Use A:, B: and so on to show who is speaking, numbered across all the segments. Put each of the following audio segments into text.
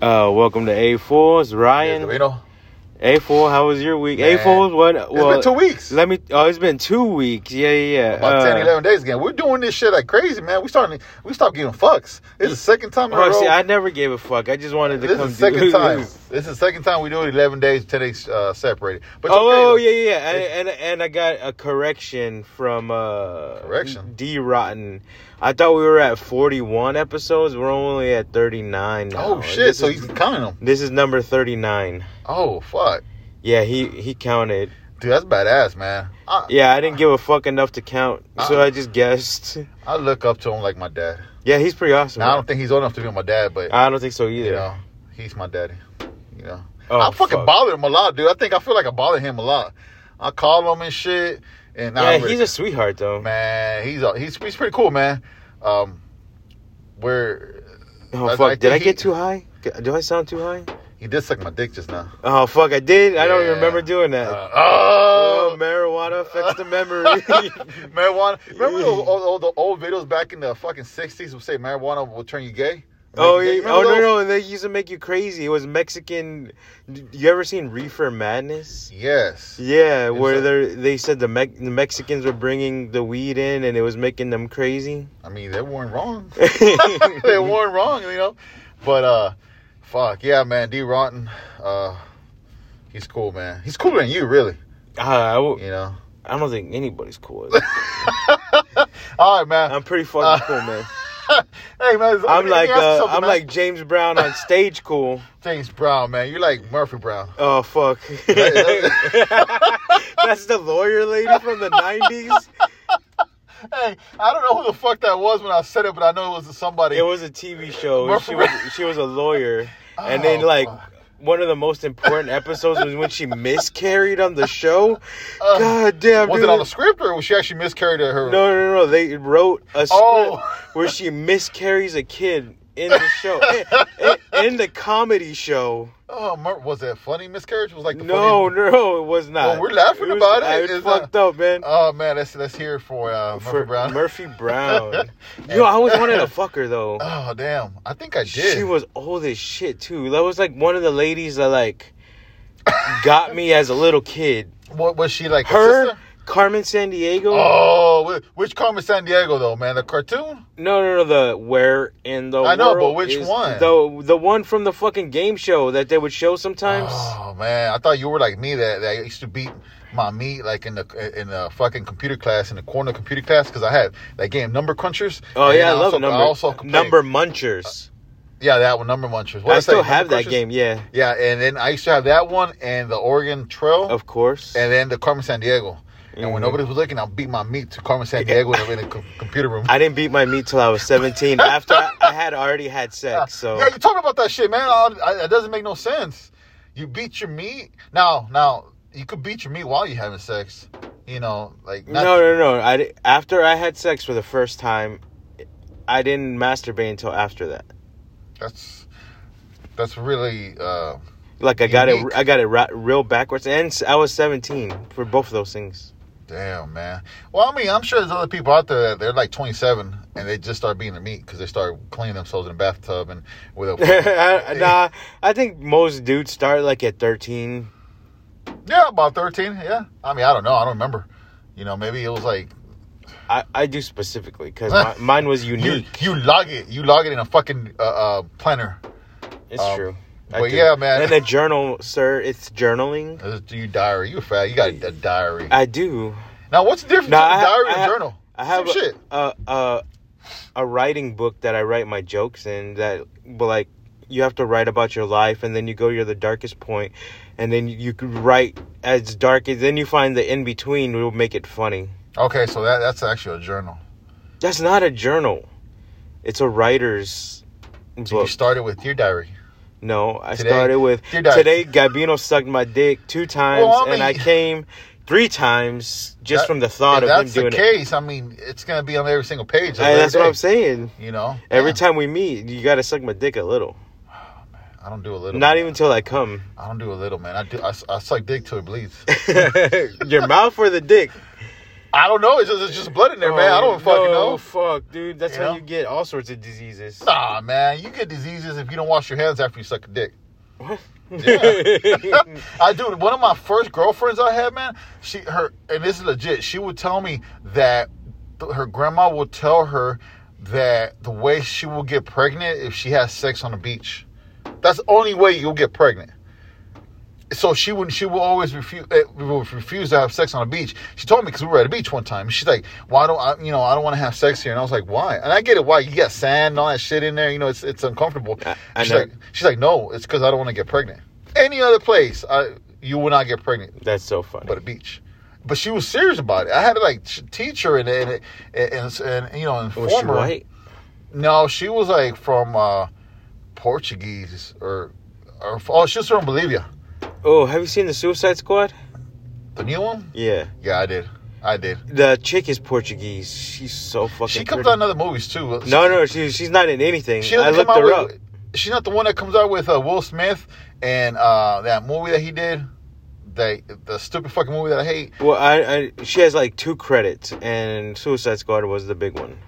A: Uh, welcome to A4. It's Ryan.
B: You know,
A: A4, how was your week?
B: Man.
A: A4, what?
B: it's
A: Well,
B: been two weeks.
A: Let me. Oh, it's been two weeks. Yeah, yeah, yeah.
B: about
A: Uh,
B: 10, 11 days again. We're doing this shit like crazy, man. We starting. to- We stopped giving fucks. This is the second time in a
A: Oh,
B: row.
A: see, I never gave a fuck. I just wanted to
B: this is
A: come
B: the second
A: do-
B: time. This is the second time we do it. Eleven days, ten days uh, separated. But it's okay,
A: Oh,
B: though.
A: oh, yeah, yeah, yeah. And, and and I got a correction from uh
B: Correction?
A: D Rotten. I thought we were at forty one episodes. We're only at thirty nine now.
B: Oh shit!
A: This
B: So
A: is,
B: he's counting them.
A: this is number thirty nine.
B: Oh fuck,
A: Yeah, he he counted.
B: dude, that's badass, man. I,
A: Yeah, I didn't give a fuck enough to count, so I just guessed.
B: I look up to him like my dad.
A: Yeah, he's pretty awesome.
B: Now, I don't think he's old enough to be my dad, but
A: I don't think so either.
B: you know, he's my daddy. You know,
A: Oh,
B: I fucking
A: fuck.
B: bother him a lot, dude. I think I feel like I bother him a lot. I call him and shit, and I
A: Yeah,
B: don't really
A: he's a sweetheart though.
B: man, he's a- he's he's pretty cool, man. Um, where
A: oh
B: I-
A: fuck,
B: I
A: did I
B: think
A: get
B: he-
A: too high? Do I sound too high?
B: he did suck my dick just now.
A: Oh fuck, I did. I don't
B: Yeah.
A: remember doing that.
B: Uh, oh,
A: oh, marijuana affects the memory.
B: marijuana. Remember the, all, all the old videos back in the fucking sixties who say marijuana will turn you gay?
A: Oh,
B: Make you
A: yeah.
B: gay?
A: oh
B: Remember
A: no,
B: those?
A: no, they used to make you crazy. It was Mexican. You ever seen Reefer Madness?
B: Yes.
A: Yeah, where they
B: that-
A: they said the, Me- the Mexicans were bringing the weed in and it was making them crazy.
B: I mean, they weren't wrong. they
A: yeah,
B: weren't wrong, you know. But uh, fuck yeah, man. D. Rotten, uh, he's cool, man. He's cooler than you, really.
A: Uh, I, w-
B: You know.
A: I don't think anybody's cool. as-
B: All right, man.
A: I'm pretty fucking
B: Uh,
A: cool, man.
B: hey, man. let me- let
A: I'm
B: me
A: like
B: ask you
A: uh,
B: something,
A: I'm
B: man.
A: like James Brown on stage, cool.
B: James Brown, man. You're like Murphy Brown.
A: Oh fuck, that's the lawyer lady from the '90s.
B: Hey, I don't know who the fuck that was when I said it, but I know it was somebody.
A: It was a TV show. and
B: Murphy
A: She was she was a lawyer, and then
B: Oh,
A: like
B: fuck.
A: one of the most important episodes was when she miscarried on the show. God damn,
B: was
A: dude.
B: it on the script or was she actually miscarried her?
A: no, no, no. They wrote a script
B: Oh.
A: where she miscarries a kid in the show, in, in- in the comedy show.
B: Oh, Mur- was that funny miscarriage? Was like the
A: No,
B: funniest-
A: no, it was not.
B: Well, we're laughing
A: was-
B: about it.
A: I- It's,
B: It's
A: fucked up, man.
B: Oh man, let's let's hear it for uh, Murphy
A: For
B: Brown.
A: Murphy Brown. Yo, I always wanted to fuck her though.
B: Oh damn, I think I did.
A: She was old as shit too. That was like one of the ladies that like got me as a little kid.
B: What was she like? a
A: Her,
B: sister?
A: Carmen San Diego.
B: Oh, wh- which Carmen San Diego though, man? The cartoon?
A: No, no, no. The where in the
B: I know, but
A: world
B: which
A: is-
B: one?
A: The the one from the fucking game show that they would show sometimes.
B: Oh man, I thought you were like me that, that used to beat my meat like in the in the fucking computer class in the corner computer class because I had that game Number Crunchers.
A: Oh,
B: And
A: yeah, I
B: then
A: love
B: also-
A: number
B: I also played-
A: number munchers.
B: Yeah, that one Number Munchers. What did
A: I still
B: say?
A: have
B: Number
A: that
B: Crunchers?
A: game. Yeah,
B: Yeah, and then I used to have that one and the Oregon Trail,
A: of course.
B: and then the Carmen San Diego. And when
A: Mhm.
B: nobody was looking, I beat my meat to Carmen San Diego in the- in the co- computer room.
A: I didn't beat my meat till I was seventeen. after I, I had already had sex, so
B: Yeah, you talking about that shit, man? I, I, that doesn't make no sense. You beat your meat now. Now you could beat your meat while you're having sex. You know, like not-
A: No, no, no. I di- after I had sex for the first time, I didn't masturbate until after that.
B: That's that's really uh,
A: Like I got
B: Unique.
A: it, I got it ra- real backwards, and s- I was seventeen for both of those things.
B: damn, man. Well, I mean, I'm sure there's other people out there that they're like 27 and they just start being their meat because they start cleaning themselves in the bathtub and with a
A: nah, I think most dudes start like at thirteen.
B: yeah, about 13. Yeah, I mean, I don't know. I don't remember. You know, maybe it was like
A: I, I do specifically because mine was
B: you
A: unique.
B: you log it, you log it in a fucking uh, uh, planner.
A: It's
B: um,
A: true.
B: but yeah, man.
A: And a journal, sir. It's journaling.
B: Uh, Do you diary? You fat? You got a diary.
A: I do.
B: Now, what's the difference
A: No,
B: between
A: I
B: a
A: ha-
B: diary
A: I
B: and
A: ha-
B: journal?
A: I have
B: Same
A: a,
B: shit.
A: a a a writing book that I write my jokes in that but like you have to write about your life and then you go to the darkest point and then you could write as dark as then you find the in between will make it funny.
B: Okay, so that that's actually a journal.
A: That's not a journal. It's a writer's
B: So you
A: book.
B: started with your diary.
A: No, I
B: Today-
A: started with
B: Dear Diary.
A: today Gabino sucked my dick two times
B: Well, I mean-
A: and I came three times just
B: That-
A: from the thought
B: if
A: of him
B: that's
A: doing
B: the
A: it.
B: case, I mean, it's gonna be on every single page.
A: Hey, that's what I'm
B: saying.
A: saying.
B: You know,
A: Every
B: Yeah.
A: time we meet, you gotta suck my dick a little.
B: I don't do a little.
A: Not even till I come.
B: I don't do a little, man. I do. I, I suck dick till it bleeds.
A: Your mouth or the dick?
B: I don't know. It's just, it's just blood in there, man.
A: Oh,
B: I don't fucking know.
A: Fuck, dude. That's
B: You
A: how
B: know?
A: you get all sorts of diseases.
B: Nah, man. You get diseases if you don't wash your hands after you suck a dick.
A: What?
B: I do. One of my first girlfriends I had, man, she her and this is legit. She would tell me that th- her grandma would tell her that the way she will get pregnant if she has sex on the beach. That's the only way you'll get pregnant. So she would she will always refuse eh, would refuse to have sex on the beach. She told me because we were at a beach one time. She's like, "Why don't I? You know, I don't want to have sex here." And I was like, "Why?" And I get it. Why you got sand and all that shit in there? You know, it's it's uncomfortable.
A: I- I
B: she's
A: know.
B: like, she's like, "No, it's because I don't want to get pregnant." Any other place, I, you will not get pregnant
A: That's so funny.
B: but a beach. But she was serious about it. I had to like ch- teach her and and, and, and, and, you know inform
A: was she
B: her.
A: white?
B: No, she was like from uh, Portuguese or or oh, she was from Bolivia.
A: Oh, have you seen the Suicide Squad?
B: The new one?
A: Yeah.
B: Yeah, I did. I did.
A: The chick is Portuguese. She's so fucking.
B: She comes
A: pretty.
B: out in other movies too.
A: No, no, she, she's not in anything.
B: she
A: I
B: doesn't
A: looked
B: come out
A: her
B: with.
A: up.
B: She's not the one that comes out with uh, Will Smith and uh, that movie that he did. That the stupid fucking movie that I hate.
A: Well, I, I she has like two credits, and Suicide Squad was the big one.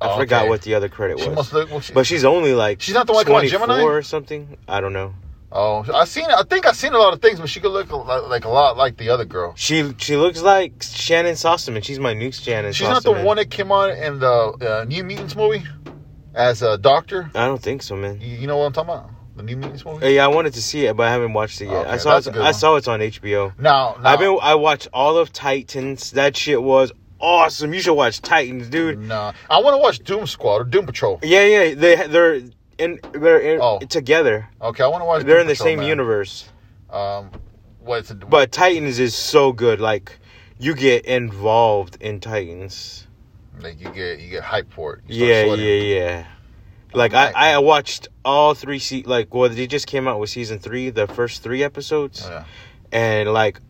A: I
B: Oh,
A: forgot
B: okay.
A: what the other credit
B: She
A: was.
B: must look. Well, she,
A: but she's only like
B: She's not the one that came out in Gemini?
A: or something. I don't know.
B: Oh, I seen. I think I seen a lot of things, but she could look a lot, like a lot like the other girl.
A: She she looks like Shannon Sossaman. She's my new Shannon.
B: She's not the
A: Sossaman.
B: one that came on in the uh, New Mutants movie as a doctor.
A: I don't think so, man.
B: You, you know what I'm talking about? The New Mutants movie.
A: Uh, Yeah, I wanted to see it, but I haven't watched it yet.
B: Okay,
A: I saw
B: that's
A: it,
B: a good
A: I
B: one.
A: saw it's on HBO.
B: Now, now
A: I've been I watched all of Titans. That shit was awesome. You should watch Titans, dude.
B: Nah, I want to watch Doom Squad or Doom Patrol.
A: Yeah, yeah. They they're in they're in,
B: Oh.
A: together.
B: Okay, I want to watch.
A: They're
B: Doom
A: in the
B: Patrol,
A: same
B: man.
A: universe.
B: Um, what's it?
A: But Titans is so good. Like you get involved in Titans.
B: like you get you get hyped for it. You start
A: Yeah,
B: sweating. Oh,
A: yeah, yeah. Like I, I watched all three se like well they just came out with season three, the first three episodes.
B: Yeah.
A: And like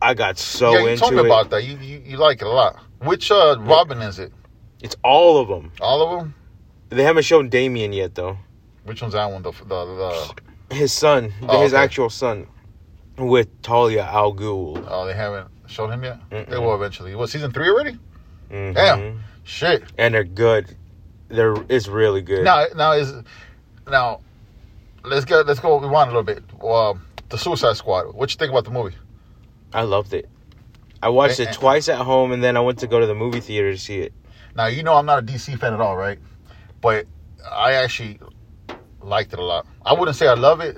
A: I got so
B: yeah, you
A: into
B: told me
A: it.
B: about that. You, you you like it a lot. Which uh, Robin is it?
A: It's all of them.
B: All of them?
A: They haven't shown Damien yet though.
B: Which one's that one? The the, the
A: His son,
B: Oh,
A: his
B: okay.
A: actual son, with Talia Al Ghul.
B: oh they haven't shown him yet. They
A: Mm-mm.
B: will eventually. What season three already?
A: Mhm.
B: Damn. Shit.
A: And they're good. They're it's really good.
B: Now, now is now. Let's go. Let's go rewind a little bit. Um, the Suicide Squad. What you think about the movie?
A: I loved it. I watched
B: Eh,
A: it
B: eh.
A: twice at home, and then I went to go to the movie theater to see it.
B: Now you know I'm not a DC fan at all, right? But I actually liked it a lot. I wouldn't say I love it,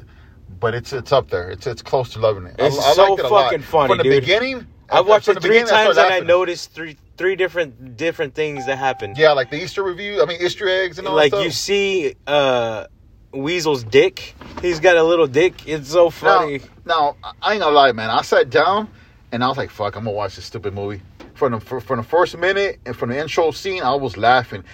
B: but it's it's up there. It's it's close to loving it.
A: It's
B: I, I
A: so
B: liked it a lot.
A: fucking funny,
B: From the
A: dude.
B: beginning,
A: I watched
B: from
A: it
B: the
A: three
B: beginning, I
A: times,
B: started
A: and I
B: laughing.
A: noticed three three different different things that happened.
B: Yeah, like the Easter review. I mean, Easter eggs and all
A: like
B: that
A: you
B: stuff.
A: see uh, Weasel's dick. He's got a little dick. It's so funny.
B: Now, now, I ain't gonna lie, man. I sat down and I was like, "Fuck, I'm gonna watch this stupid movie." From the fr- from the first minute and from the intro scene, I was laughing.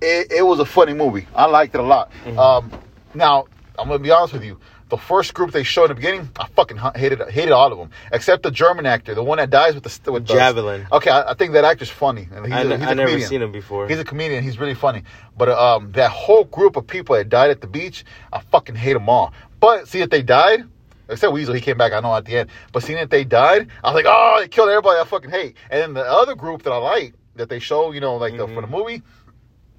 B: It, it was a funny movie. I liked it a lot.
A: Mm-hmm.
B: Um, now, I'm gonna be honest with you. The first group they showed at the beginning, I fucking hu- hated hated all of them except the German actor, the one that dies with the st- with the-
A: Javelin.
B: Okay, I, I think that actor's funny. And he's
A: I
B: a-
A: n-
B: he's a
A: I never
B: comedian.
A: seen him before.
B: He's a comedian. He's really funny. But um, that whole group of people that died at the beach, I fucking hate them all. But see that they died, except Weasel, he came back. I know at the end. But seeing that they died, I was like, oh, they killed everybody. I fucking hate. And then the other group that I like that they show, you know, like the, for the movie.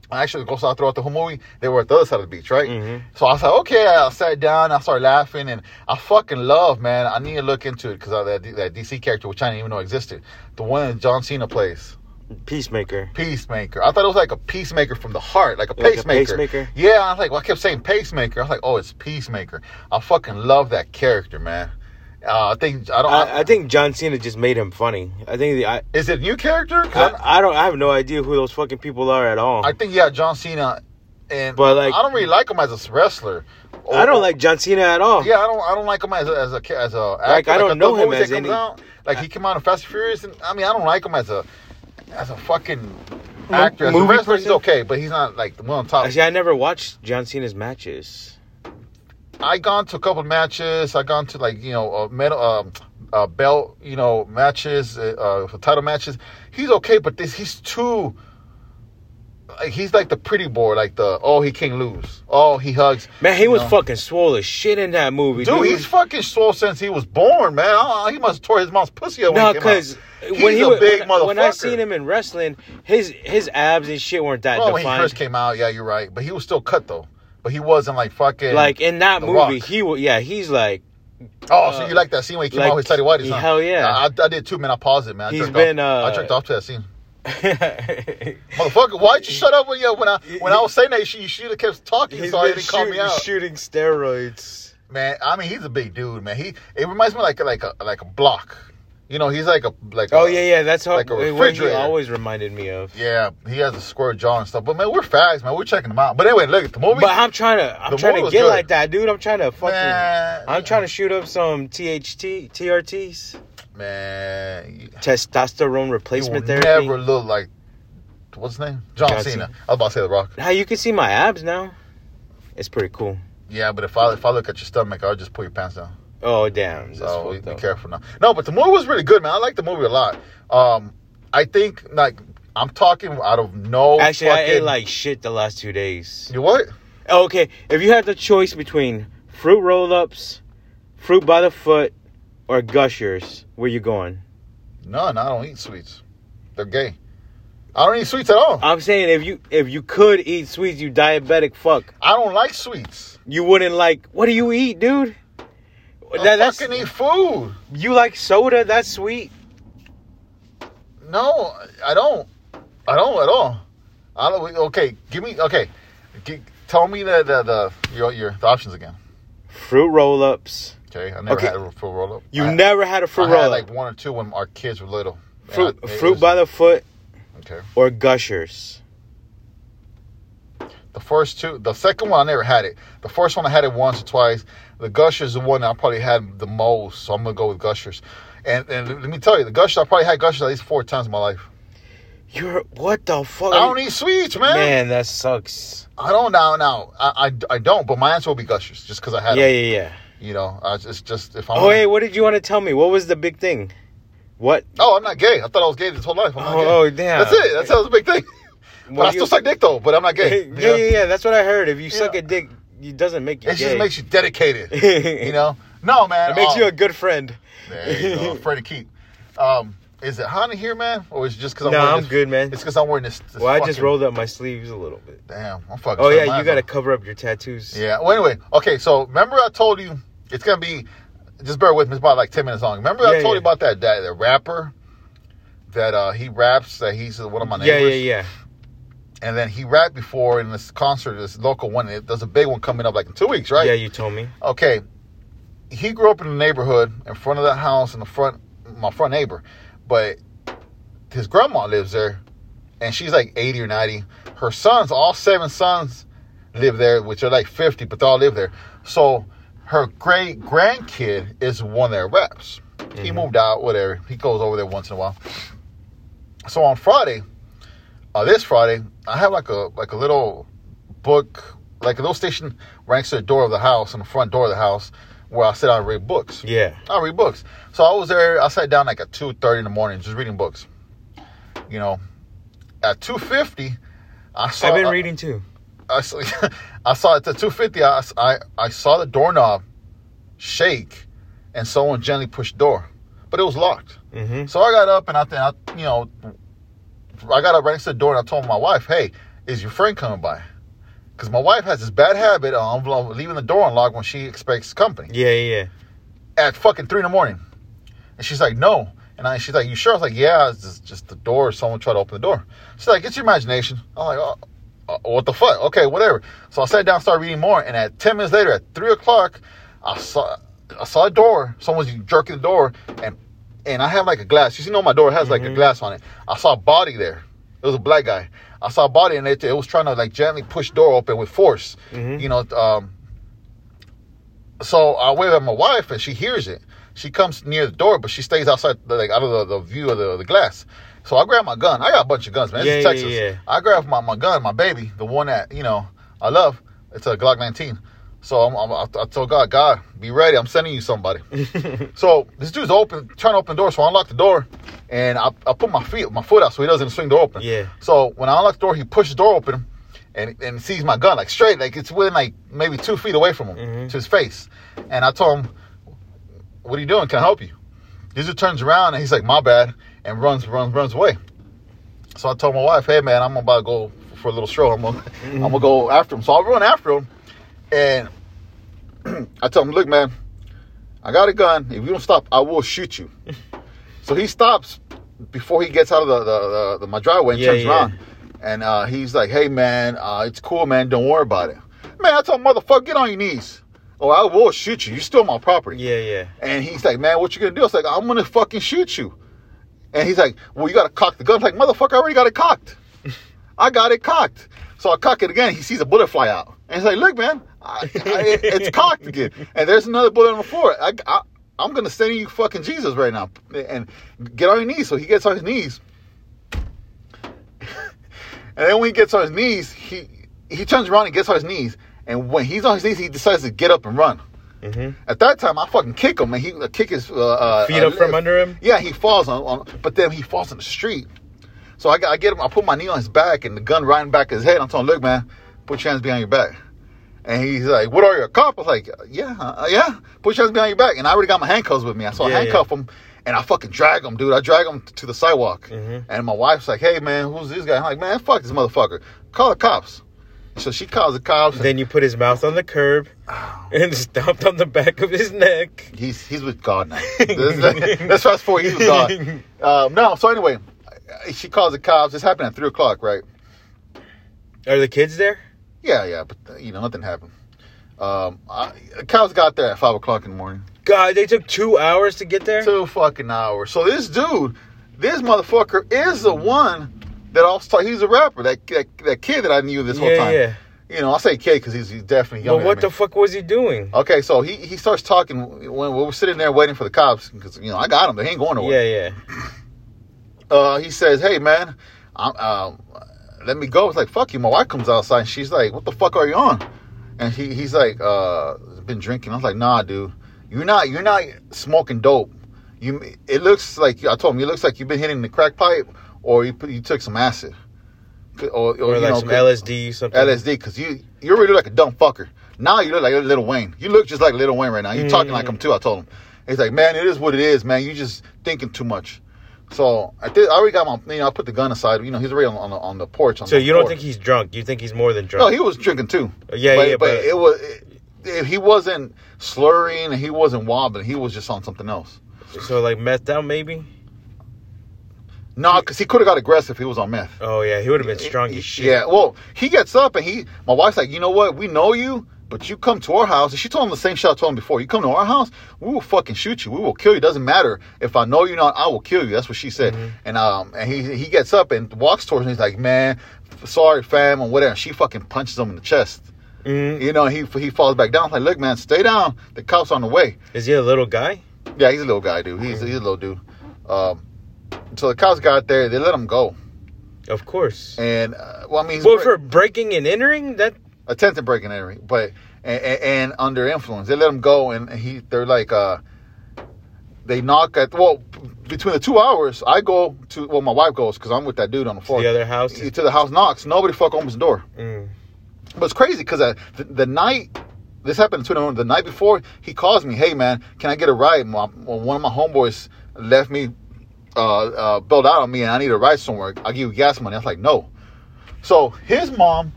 B: I Actually, goes out throughout the whole movie. They were at the other side of the beach, right?
A: Mhm.
B: So I was like, okay. I sat down. I started laughing, and I fucking love, man. I need to look into it because that that DC character, which I didn't even know existed, the one that John Cena plays.
A: Peacemaker.
B: Peacemaker. I thought it was like a peacemaker from the heart, like a
A: Like a
B: pacemaker.
A: pacemaker?
B: Yeah, I was like, well, I kept saying pacemaker. I was like, oh, it's peacemaker. I fucking love that character, man. Uh, I think I don't.
A: I, I think John Cena just made him funny. I think the, I,
B: is it a new character? 'Cause I,
A: I I don't I have no idea who those fucking people are at all.
B: I think yeah, John Cena, and
A: But, like-
B: I don't really like him as a wrestler.
A: I don't like John Cena at all.
B: oh, Yeah, I don't. I don't like him as a as a ca- as a actor.
A: I don't
B: the
A: know him
B: movies
A: as
B: that comes
A: any-
B: Out, like he came out in Fast and Furious, and I mean, I don't like him as a as a fucking
A: Mo-
B: actor. As a
A: movie
B: wrestler, he's
A: person?
B: okay, but he's not like the one on top.
A: See, I never watched John Cena's matches.
B: I gone to a couple of matches. I gone to like you know uh, medal, um uh, belt, you know matches, uh, uh, title matches. He's okay, but this he's too. Like, he's like the pretty boy, like the oh he can't lose, oh he hugs.
A: Man, he
B: you
A: was
B: know.
A: fucking swole as shit in that movie,
B: Dude,
A: dude.
B: he's fucking swole since he was born, man. I, I- he Uh, must have tore his mom's pussy up. when
A: no,
B: he came out.
A: because
B: He's a big
A: when, When I
B: motherfucker.
A: seen him in wrestling, his his abs and shit weren't that
B: Well, Oh, when he
A: defined.
B: first came out, yeah, you're right. But he was still cut though. But he wasn't like fucking
A: like in that
B: The
A: movie,
B: Rock.
A: he was yeah, he's like
B: Oh, so you like that scene when he came
A: uh, like,
B: out with Teddy White? Huh?
A: hell yeah.
B: I, I did too, man. I paused it, man. I
A: He's
B: jerked
A: been,
B: off.
A: uh,
B: I jerked off to that scene. Motherfucker, why'd you shut up when you when I when I was saying that shit? You should have kept talking,
A: he's
B: so I
A: been
B: didn't call me
A: shooting,
B: out.
A: shooting steroids.
B: Man, I mean, he's a big dude, man. He it reminds me like like a like a block. You know, he's like a like.
A: Oh
B: a,
A: yeah, yeah, that's how
B: Like a
A: what he
B: refrigerator.
A: always reminded me of.
B: Yeah, he has a square jaw and stuff. But man, we're fags, man. We're checking him out. But anyway, look at the movie.
A: But I'm trying to, I'm
B: The
A: trying
B: movie
A: to
B: was
A: get
B: good.
A: like that, dude. I'm trying to fucking,
B: Man.
A: I'm trying to shoot up some THT, TRTs,
B: man, you-
A: testosterone
B: he will
A: replacement therapy.
B: never look like what's his name? John,
A: John
B: Cena.
A: Cena.
B: I was about to say The Rock.
A: How you can see my abs now? It's pretty cool.
B: Yeah, but if I if I look at your stomach, I'll just pull your pants down.
A: Oh damn! That's
B: So be
A: fucked up.
B: careful now. No, but the movie was really good, man. I like the movie a lot. Um, I think like I'm talking out of no.
A: Actually, I ate
B: fucking-
A: like shit the last two days.
B: you what?
A: Okay, if you had the choice between fruit roll-ups, fruit by the foot, or gushers, where you going?
B: No, no, I don't eat sweets. They're gay. I don't eat sweets at all.
A: I'm saying if you if you could eat sweets, you diabetic fuck.
B: I don't like sweets.
A: You wouldn't like. What do you eat, dude? That-
B: I
A: that's
B: fucking eat food.
A: you like soda. That's sweet.
B: No, I don't. I don't at all. I don't. Okay, give me. Okay, G- tell me the the, the your your the options again.
A: Fruit roll-ups.
B: Okay, I never
A: Okay.
B: had a fruit roll up.
A: You
B: I,
A: never had a
B: I
A: fruit
B: had
A: roll-up.
B: like one or two when our kids were little. And
A: fruit
B: I- it
A: fruit
B: was-
A: by the foot
B: Okay.
A: or gushers.
B: The first two, the second one, I never had it. The first one, I had it once or twice. The Gushers, is the one I probably had the most, so I'm gonna go with Gushers. And and let me tell you, the Gushers, I probably had Gushers at least four times in my life.
A: You're what the fuck?
B: I don't eat sweets, man.
A: Man, that sucks.
B: I don't now. Now I, I, I don't. But my answer will be Gushers, just because I had.
A: Yeah,
B: them.
A: yeah, yeah.
B: You know, I, it's just if I'm.
A: Oh, hey, what did you want to tell me? What was the big thing? What?
B: Oh, I'm not gay. I thought I was gay this whole life. I'm not
A: Oh,
B: gay.
A: oh, damn.
B: That's it. That's that was a big thing. but
A: Well,
B: I still
A: you-
B: suck dick though. But I'm not gay. you
A: yeah,
B: know?
A: yeah, yeah. That's what I heard. If you suck
B: Yeah.
A: a dick, it doesn't make you
B: It
A: gay.
B: just makes you dedicated. you know. No, man.
A: it makes
B: um,
A: you a good friend.
B: There you go. Freddie Keith. Um, is it hot in here, man? Or is it just because I'm
A: No,
B: wearing
A: I'm
B: this,
A: good, man.
B: It's because I'm wearing this. this
A: Well, I just
B: fucking-
A: rolled up my sleeves a little bit.
B: Damn, I'm fucking.
A: Oh
B: set
A: yeah,
B: mine
A: you gotta
B: up.
A: cover up your tattoos.
B: Yeah. Well, anyway, okay. So remember, I told you it's gonna be. Just bear with me. It's about like ten minutes long. Remember, I
A: Yeah, yeah.
B: told you about that that the rapper that uh he raps that he's one of my
A: Yeah,
B: neighbors.
A: yeah, yeah.
B: And then he rapped before in this concert, this local one. It- There's a big one coming up like in two weeks, right?
A: Yeah, you told me.
B: okay, he grew up in the neighborhood in front of that house in the front, my front neighbor, but his grandma lives there, and she's like eighty or ninety. Her sons, all seven sons, live there, which are like fifty, but they all live there. So her great grandkid is one that raps. He moved out, whatever. He goes over there once in a while. So on Friday, uh, this Friday, I have like a like a little book, like a little station right next to the door of the house, on the front door of the house, where I sit down and read books.
A: Yeah.
B: I read books. So I was there. I sat down like at two thirty in the morning, just reading books. You know, at two fifty, I saw.
A: I've been
B: I-
A: reading too.
B: I, saw- I saw at the two fifty. I, I I saw the doorknob shake, and someone gently pushed the door, but it was locked.
A: hmm
B: So I got up and I, th- I you know, I got up right next to the door and I told my wife, "Hey, is your friend coming by?" Because my wife has this bad habit of leaving the door unlocked when she expects company
A: Yeah, yeah,
B: at fucking three in the morning. And she's like, no. And I, she's like, you sure? I was like, yeah, it's just, just the door. Someone tried to open the door. She's like, it's your imagination. I'm like, oh, uh, what the fuck? Okay, whatever. So I sat down, started reading more. And at 10 minutes later, at three o'clock, I saw, I saw a door. Someone's jerking the door. And, and I have like a glass. You see, no, my door has like a glass on it. I saw a body there. It was a black guy. I saw a body and it, it was trying to like gently push door open with force.
A: Mm-hmm.
B: You know, um, so I wave at my wife, and she hears it. She comes near the door, but she stays outside, like out of the, the view of the, the glass. So I grab my gun. I got a bunch of guns, man. This is
A: Yeah, yeah,
B: Texas.
A: yeah.
B: I grab my, my gun, my baby, the one that you know I love. It's a Glock 19. So I'm, I'm, I- I told God, God, be ready. I'm sending you somebody. so this dude's open, trying to open the door. So I unlock the door, and I, I put my feet, my foot out, so he doesn't swing the door open.
A: Yeah.
B: So when I unlock the door, he pushes the door open and, and sees my gun, like straight, like it's within like maybe two feet away from him to his face. And I told him, What are you doing? Can I help you? He just turns around and he's like, My bad. and runs, runs, runs away. So I told my wife, hey man, I'm about to go for a little stroll. I'm gonna, I'm gonna go after him. So I run after him, and I tell him, look man, I got a gun. If you don't stop, I will shoot you. so he stops before he gets out of the the, the, the my driveway and
A: Yeah,
B: turns
A: yeah.
B: around, and uh, he's like, hey man, uh, it's cool man, don't worry about it. Man, I told him, motherfucker, get on your knees. Oh, I will shoot you. You stole my property.
A: Yeah, yeah.
B: And he's like, man, what you gonna do? I was like, I'm gonna fucking shoot you. And he's like, well, you gotta cock the gun. I'm like, motherfucker, I already got it cocked. I got it cocked. So I cock it again. He sees a bullet fly out. And he's like, look, man, I, I, it- it's cocked again. And there's another bullet on the floor. I, I, I'm gonna send you fucking Jesus right now. And get on your knees. So he gets on his knees. And then when he gets on his knees, he he turns around and gets on his knees. And when he's on his knees, he decides to get up and run.
A: Mhm.
B: At that time, I fucking kick him, and he I kick his uh, uh,
A: Feet
B: uh,
A: up from under him?
B: Yeah, he falls on, on, but then he falls in the street. So I, got- I get him. I put my knee on his back, and the gun right in the back of his head. I'm telling him, "Look, man, put your hands behind your back." And he's like, "What are you, a cop?" I was like, "Yeah, uh, yeah." Put your hands behind your back, and I already got my handcuffs with me. So
A: Yeah,
B: I
A: yeah.
B: handcuff him, and I fucking drag him, dude. I drag him to the sidewalk,
A: Mhm.
B: and my wife's like, "Hey, man, who's this guy?" I'm like, "Man, fuck this motherfucker. Call the cops." So she calls the cops.
A: Then you put his mouth on the curb
B: Oh.
A: and stomped on the back of his neck.
B: He's he's with God now. That's- That's fast forward. He's with God. Um, no, so anyway, she calls the cops. This happened at three o'clock, right?
A: Are the kids there?
B: Yeah, yeah, but uh, you know nothing happened. Um, I, the cops got there at five o'clock in the morning.
A: God, they took two hours to get there.
B: Two fucking hours. So this dude, this motherfucker, is the one that I was talking. He's a rapper. That, that that kid that I knew this whole
A: Yeah,
B: time.
A: yeah.
B: You know, I say kid because he's, he's definitely
A: But
B: young.
A: what the fuck was he doing?
B: Okay, so he, he starts talking when we we're sitting there waiting for the cops because you know I got him. They ain't going nowhere.
A: Yeah, yeah.
B: uh, he says, "Hey man, I'm, um, let me go." It's like, "Fuck you!" My wife comes outside, and she's like, "What the fuck are you on?" And he, he's like, uh, "Been drinking." I was like, "Nah, dude, you're not you're not smoking dope. You it looks like I told him it looks like you've been hitting the crack pipe, or you put- you took some acid, or, or,
A: Or
B: you
A: like
B: know,
A: some
B: could-
A: LSD, something.
B: LSD, because you you really look like a dumb fucker. Now you look like Little Wayne. You look just like Little Wayne right now. You talking
A: Mm.
B: like him too. I told him. He's like, man, it is what it is, man. You just thinking too much. So I did. I already got my. You know, I put the gun aside. You know, he's already on, on the on the porch. On
A: So
B: the
A: you don't
B: porch.
A: think he's drunk? You think he's more than
B: No,
A: drunk?
B: he was drinking too.
A: Yeah,
B: but,
A: yeah,
B: but,
A: but-
B: it was. If he wasn't slurring and he wasn't wobbling, he was just on something else.
A: so like methed out maybe?
B: No, because he could have got aggressive if he was on meth.
A: Oh yeah, he would have been strong as shit.
B: Yeah. Well, he gets up and he, my wife's like, you know what? We know you, but you come to our house. And she told him the same shit I told him before. You come to our house, we will fucking shoot you. We will kill you. Doesn't matter if I know you or not. I will kill you. That's what she said.
A: Mm-hmm.
B: And um, and he he gets up and walks towards him. He's like, man, sorry, fam, or whatever. She fucking punches him in the chest.
A: Mm.
B: You know, he he falls back down. I'm like, look, man, stay down. The cops on the way.
A: Is he a little guy?
B: Yeah, he's a little guy, dude. He's he's a little dude. Um, so the cops got there. They let him go.
A: Of course.
B: And uh, well, I mean, he's
A: well,
B: bra-
A: for breaking and entering, that
B: attempted breaking entry, but and, and, and under influence. They let him go, and he they're like uh they knock at well between the two hours. I go to well my wife goes because I'm with that dude on the floor.
A: the other house.
B: He-
A: Is,
B: to the house knocks. Nobody fuck opens the door.
A: mm.
B: But it's crazy because the, the night this happened to him the night before, he calls me, "Hey man, can I get a ride? My, well, one of my homeboys left me uh, uh, bailed out on me, and I need a ride somewhere. I'll give you gas money." I was like, "No." So his mom,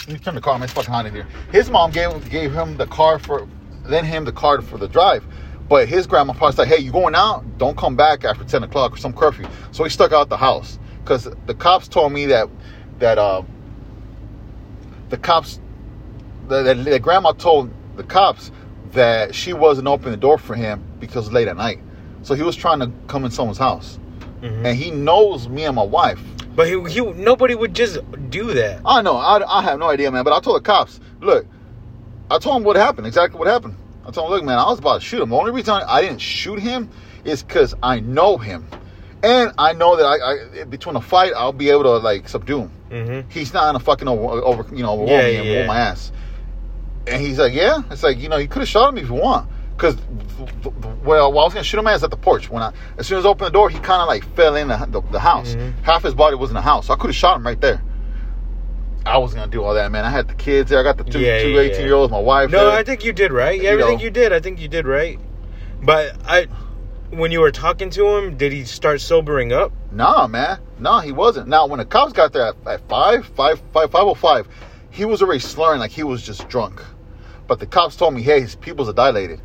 B: let me turn the car. Man, it's fucking hot in here. His mom gave gave him the car for, lent him the car for the drive. But his grandma probably said, "Hey, you going out? Don't come back after ten o'clock or some curfew." So he stuck out the house because the cops told me that that uh, the cops the, the, the grandma told the cops that she wasn't opening the door for him because it's late at night so he was trying to come in someone's house and he knows me and my wife
A: mm-hmm. But he, he, nobody would just do that.
B: i know I, I have no idea man but i told the cops look i told him what happened exactly what happened i told him look man i was about to shoot him the only reason i didn't shoot him is because i know him and i know that I, I between a fight i'll be able to like subdue him
A: Mm-hmm.
B: he's not gonna fucking over, over you know overwhelm
A: Yeah,
B: me and
A: yeah.
B: roll my ass. And he's like, yeah. It's like you know, you could have shot him if you want, because well, while I was gonna shoot him, I was at the porch. When I as soon as I opened the door, he kind of like fell in the, the, the house.
A: Mhm.
B: Half his body was in the house. So I could have shot him right there. I was gonna do all that, man. I had the kids there. I got the two
A: Yeah,
B: two
A: yeah,
B: 18
A: yeah.
B: year olds, my wife.
A: No,
B: there.
A: I think you did right.
B: You
A: Yeah, everything
B: know.
A: you did, I think you did right. But I, when you were talking to him, did he start sobering up?
B: Nah, man. Nah, he wasn't. Now, when the cops got there at, at five, five, five, five oh five, he was already slurring like he was just drunk. But the cops told me, hey, his pupils are dilated,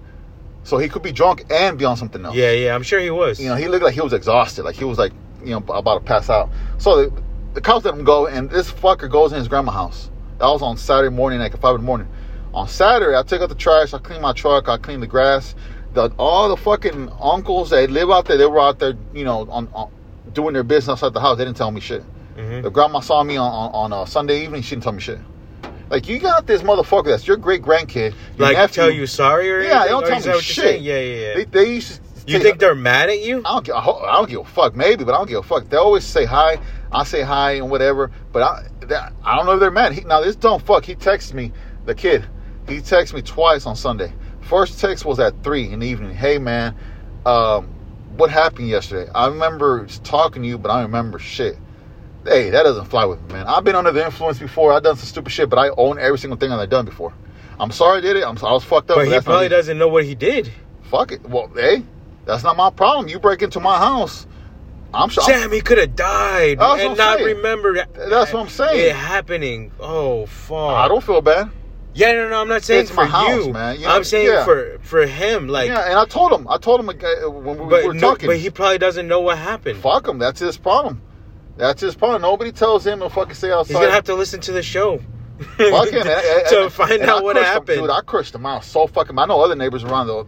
B: so he could be drunk and be on something else.
A: Yeah, yeah, I'm sure he was.
B: You know, he looked like he was exhausted, like he was like, you know, about to pass out. So the, the cops let him go, and this fucker goes in his grandma's house. That was on Saturday morning, like at five in the morning. On Saturday, I took out the trash, I cleaned my truck, I cleaned the grass. The, all the fucking uncles that live out there, they were out there, you know, on, on doing their business outside the house. They didn't tell me shit.
A: Mhm.
B: The grandma saw me on, on, on a Sunday evening. She didn't tell me shit. Like, you got this motherfucker that's your great grandkid. Your
A: Like
B: nephew.
A: tell you sorry or
B: Yeah, they
A: anything?
B: don't
A: Or
B: tell
A: is
B: me
A: that what you're
B: shit.
A: saying? Yeah, yeah, yeah.
B: They, they used to
A: you
B: say-
A: think they're mad at you?
B: I don't, gi- I, ho- I don't give a fuck. Maybe, but I don't give a fuck. They always say hi. I say hi and whatever. But I, that, I don't know if they're mad. He, now this dumb fuck, he texts me, the kid. He texts me twice on Sunday. First text was at three in the evening. Hey man, um, what happened yesterday? I remember talking to you, but I don't remember shit. Hey, that doesn't fly with me, man. I've been under the influence before. I've done some stupid shit, but I own every single thing that I've done before. I'm sorry I did it. I'm, so- I was fucked up.
A: But he
B: that's not
A: probably
B: me
A: doesn't know what he did.
B: fuck it. Well, hey, that's not my problem. You break into my house, I'm shocked.
A: Damn, he could have died
B: That's what
A: and
B: I'm
A: not
B: saying.
A: remember. that-
B: That's what I'm saying.
A: It happening. Oh fuck.
B: I don't feel bad.
A: Yeah, no, no. I'm not saying
B: It's
A: for
B: my house,
A: you.
B: man. You know,
A: I'm saying
B: yeah.
A: for for him. Like,
B: yeah, and I told him. I told him uh, when we
A: but
B: were
A: no,
B: talking.
A: but he probably doesn't know what happened.
B: fuck him. That's his problem. That's his problem. Nobody tells him to fucking stay outside.
A: He's gonna have to listen to the show.
B: Fuck him. And- and-
A: to
B: and-
A: find
B: and I
A: out what
B: cursed him,
A: happened.
B: dude, I cursed him out so fucking. I know other neighbors around the,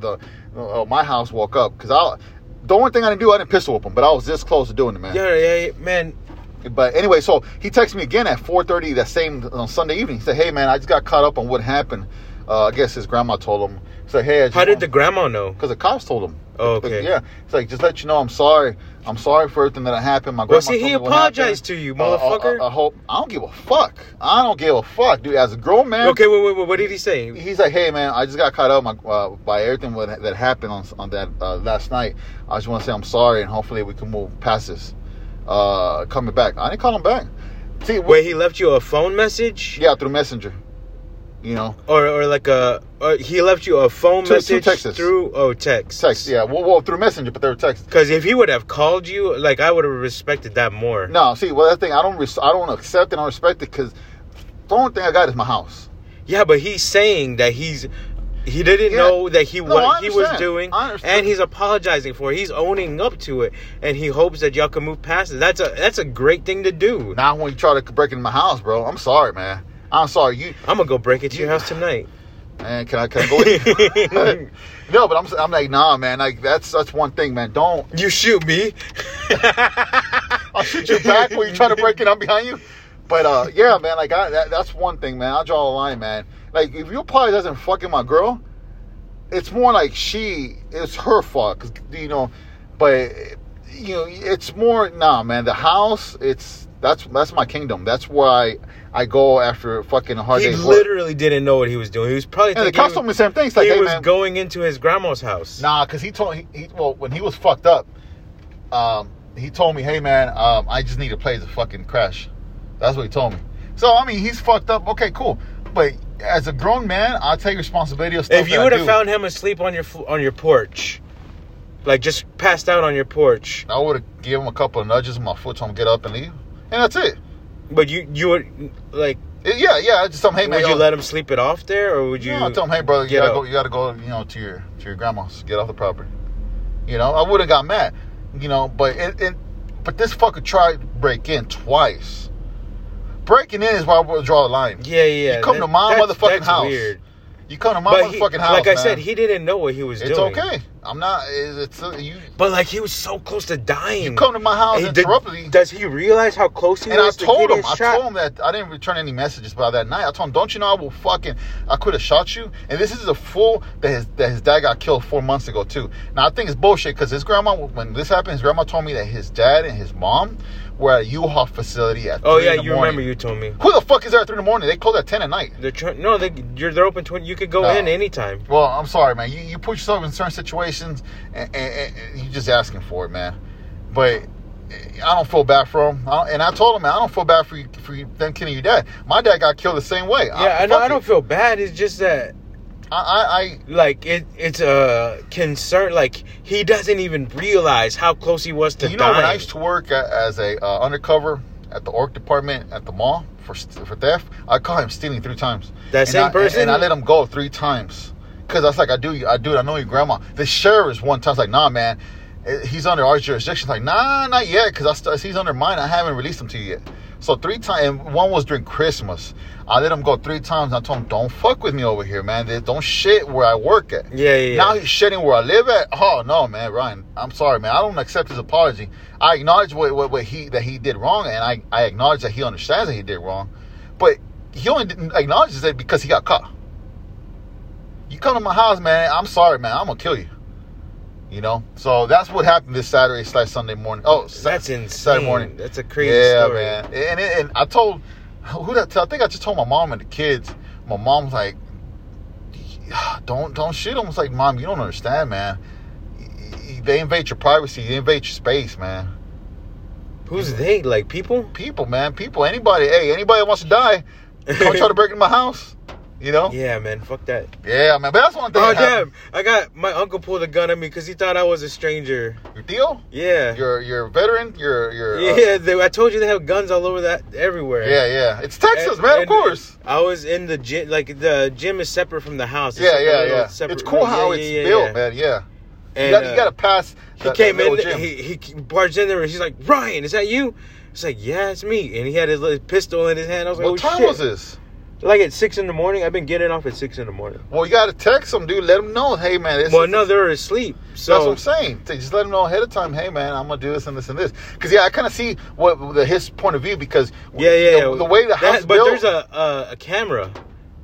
B: the uh, my house woke up because I. The only thing I didn't do, I didn't pistol whip him, but I was this close to doing it, man.
A: yeah, yeah, yeah, man.
B: But anyway, so he texted me again at 4:30 that same on Sunday evening. He said, "Hey man, I just got caught up on what happened. Uh, I guess his grandma told him. He said, hey, I just
A: How did the grandma know?
B: because the cops told him.
A: Oh, okay.
B: Yeah, it's like just let you know I'm sorry. I'm sorry for everything that happened. My
A: Well,
B: grandma.
A: see,
B: told
A: he
B: me what happened.
A: apologized to you,
B: Uh, uh,
A: motherfucker.
B: I, I hope I don't give a fuck. I don't give a fuck, dude. As a grown man,
A: okay, wait, wait, wait. What did he say?
B: he's like, "Hey, man, I just got caught up my, uh, by everything what, that happened on, on that uh, last night. I just want to say I'm sorry, and hopefully we can move past this. Uh, coming back, I didn't call him back. See,
A: Wait, he left you a phone message?
B: yeah, through Messenger. You know,
A: Or, or like a, or he left you a phone
B: Two- two
A: message
B: texts.
A: through oh text.
B: text. Yeah, well, well through Messenger, but they were texts.
A: Because if he would have called you, like I would have respected that more.
B: No, see, well, that thing I don't, res- I don't accept and I don't respect it because the only thing I got is my house.
A: Yeah, but he's saying that he's he didn't
B: Yeah.
A: know that he
B: No, I
A: what he was
B: understand.
A: doing,
B: I understand.
A: and he's apologizing for. it. He's owning up to it, and he hopes that y'all can move past it. That's a that's a great thing to do.
B: Now when you try to break into my house, bro, I'm sorry, man. I'm sorry. You
A: I'm gonna go break into your house tonight.
B: Man, can I can I go? in? no, but I'm I'm like nah, man. Like that's that's one thing, man. Don't
A: You shoot me.
B: I'll shoot you back when you try to break in. I'm behind you. But uh, yeah, man. Like I, that, that's one thing, man. I draw a line, man. Like if you apologize doesn't fucking my girl, it's more like she, it's her fault, 'cause, you know. But you know, it's more nah, man. The house, it's that's that's my kingdom. That's where I I go after fucking a hard
A: he
B: day's work.
A: literally didn't know what he was doing. He was probably
B: And the
A: thinking
B: cops told me the same thing. It's like,
A: he
B: hey,
A: was
B: man.
A: going into his grandma's house.
B: Nah, cause he told he, he well when he was fucked up, um, he told me, "Hey man, um, I just need a place to fucking crash." That's what he told me. So I mean, he's fucked up. Okay, cool. But as a grown man, I take responsibility of stuff.
A: if you
B: that I
A: would have
B: do.
A: found him asleep on your fl- on your porch, like just passed out on your porch,
B: I would have given him a couple of nudges with my foot, told him to get up and leave, and that's it.
A: but you you would like
B: It- yeah, yeah. I just tell him, "Hey man,
A: would you
B: yo-
A: let him sleep it off there, or would you?
B: No, I tell him, "Hey brother, you
A: get
B: gotta
A: up?
B: go. You gotta go. You know, to your to your grandma's. Get off the property." You know, I would have got mad. You know, but it, it but this fucker tried to break in twice. Breaking in is where I would draw the line.
A: yeah, yeah.
B: You come to my
A: that's-
B: motherfucking
A: that's
B: house.
A: Weird.
B: You come to my
A: But he,
B: motherfucking house.
A: like I
B: man.
A: said, he didn't know what he was
B: it's
A: doing.
B: okay. I'm not. It's, it's you.
A: But like he was so close to dying.
B: You come to my house
A: Mm. He
B: and
A: did-
B: interrupt me.
A: Does he realize how close he
B: And I
A: was to
B: told
A: get
B: him,
A: his
B: I
A: shot?
B: told him that I didn't return any messages by that night. I told him, don't you know I will fucking, I could have shot you. And this is a fool that his that his dad got killed four months ago too. Now I think it's bullshit because his grandma, when this happened, his grandma told me that his dad and his mom were at a U-Haul facility at.
A: Oh
B: three
A: yeah,
B: in the
A: you
B: morning.
A: remember you told me.
B: Who the fuck is there at three in the morning? They close at ten at night.
A: They're try- no, they you're, they're open twenty. You could go
B: No.
A: in anytime.
B: Well, I'm sorry, man. You, you put yourself in certain situations, and, and, and you just asking for it, man. But eh, I don't feel bad for him. I don't, and I told him, man, I don't feel bad for you, for you, them killing your dad. My dad got killed the same way.
A: Yeah, I know.
B: fuck
A: I
B: it.
A: don't feel bad. It's just that
B: I,
A: like it it's a concern like he doesn't even realize how close he was
B: I,
A: to
B: you know,
A: dying
B: when I used to work a- as a uh, undercover at the orc department at the mall for st- for theft, I caught him stealing three times.
A: That
B: And
A: same
B: I- and-
A: person?
B: and I let him go three times because I was like, I do, I do, I know your grandma. The sheriff's one time was like, Nah, man, eh, he's under our jurisdiction. Like, Nah, not yet, because I st- he's under mine. I haven't released him to you yet. So three times, one was during Christmas. I let him go three times. I told him, "Don't fuck with me over here, man. They- Don't shit where I work at."
A: Yeah, yeah, yeah.
B: Now he's shitting where I live at. Oh no, man, Ryan. I'm sorry, man. I don't accept his apology. I acknowledge what, what, what he that he did wrong, and I, I acknowledge that he understands that he did wrong, but he only didn't acknowledges it because he got caught. You come to my house, man. I'm sorry, man. I'm gonna kill you. You know. So that's what happened this Saturday slash Sunday morning. Oh, Sa-
A: that's insane
B: Saturday morning.
A: that's a crazy
B: yeah,
A: story
B: man. And, and and I told who that I think I just told my mom and the kids. My mom's like, don't don't shoot him. It's like, mom, you don't understand, man. Y- y- They invade your privacy. They invade your space, man.
A: who's they like people
B: People, man, people. Anybody, hey, anybody that wants to die, don't try to break into my house. You know? Yeah,
A: yeah man fuck that
B: man. But that's one thing.
A: oh
B: that happened.
A: damn i got my uncle pulled a gun at me because he thought i was a stranger
B: Your deal?
A: yeah
B: You're you're a veteran. You're you're. uh,
A: yeah they, i told you they have guns all over that everywhere
B: yeah, yeah. It's Texas,
A: And-
B: man. Of
A: and
B: course.
A: I was in the gym. Like the gym is separate from the house. It's
B: Yeah,
A: like a
B: yeah,
A: little
B: yeah.
A: separate-
B: It's cool
A: yeah,
B: how
A: yeah,
B: it's
A: yeah,
B: built,
A: yeah.
B: man. Yeah.
A: And,
B: you, got, you
A: uh,
B: got to pass.
A: he
B: that-
A: came
B: that
A: in.
B: little gym.
A: He, he barged in there. and He's like, Ryan, is that you? It's like, yeah, it's me. And he had his little pistol in his hand. I was like,
B: what
A: oh,
B: time
A: shit.
B: was this?
A: Like at six in the morning. I've been getting off at six in the morning.
B: Well, you got to text them, dude. Let them know, hey, man. This
A: well,
B: is,
A: no, they were asleep.
B: That's what
A: So
B: I'm saying. To Just let them know ahead of time. Hey, man, I'm gonna do this and this and this. Because yeah, I kind of see what the his point of view because
A: yeah, yeah,
B: the,
A: yeah.
B: the way the
A: That-
B: house
A: But
B: built.
A: there's a, a a camera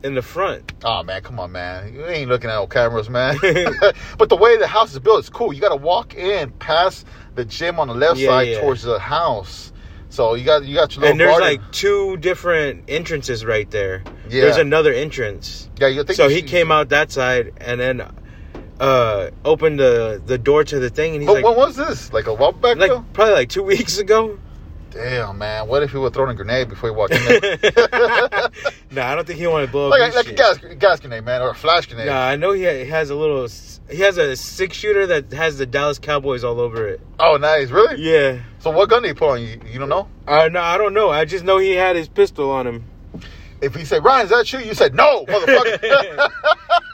A: in the front.
B: Oh man, come on, man. You ain't looking at no cameras, man. but the way the house is built is cool. You got to walk in past the gym on the left
A: Yeah,
B: side
A: yeah.
B: towards the house. So you got you got your little
A: and there's
B: garden.
A: like two different entrances right there.
B: Yeah.
A: There's another entrance.
B: yeah, you think
A: so he
B: you should-
A: came out that side and then uh opened the the door to the thing and he's
B: What,
A: like
B: when was this? Like a while back
A: like
B: ago?
A: probably like two weeks ago
B: Damn, man. What if he was throwing a grenade before he walked in
A: no
B: there?
A: i don't think he wanted to blow up
B: like
A: his
B: a, like a
A: shit.
B: gas, gas grenade, man, or a flash grenade.
A: Nah, i know he ha- he has a little s- he has a six shooter that has the dallas cowboys all over it
B: Oh, nice. Really?
A: yeah
B: So what gun did he put on you? You don't know?
A: uh, no, I don't know. I just know he had his pistol on him.
B: If he said, Ryan, is that you? You said, no, motherfucker.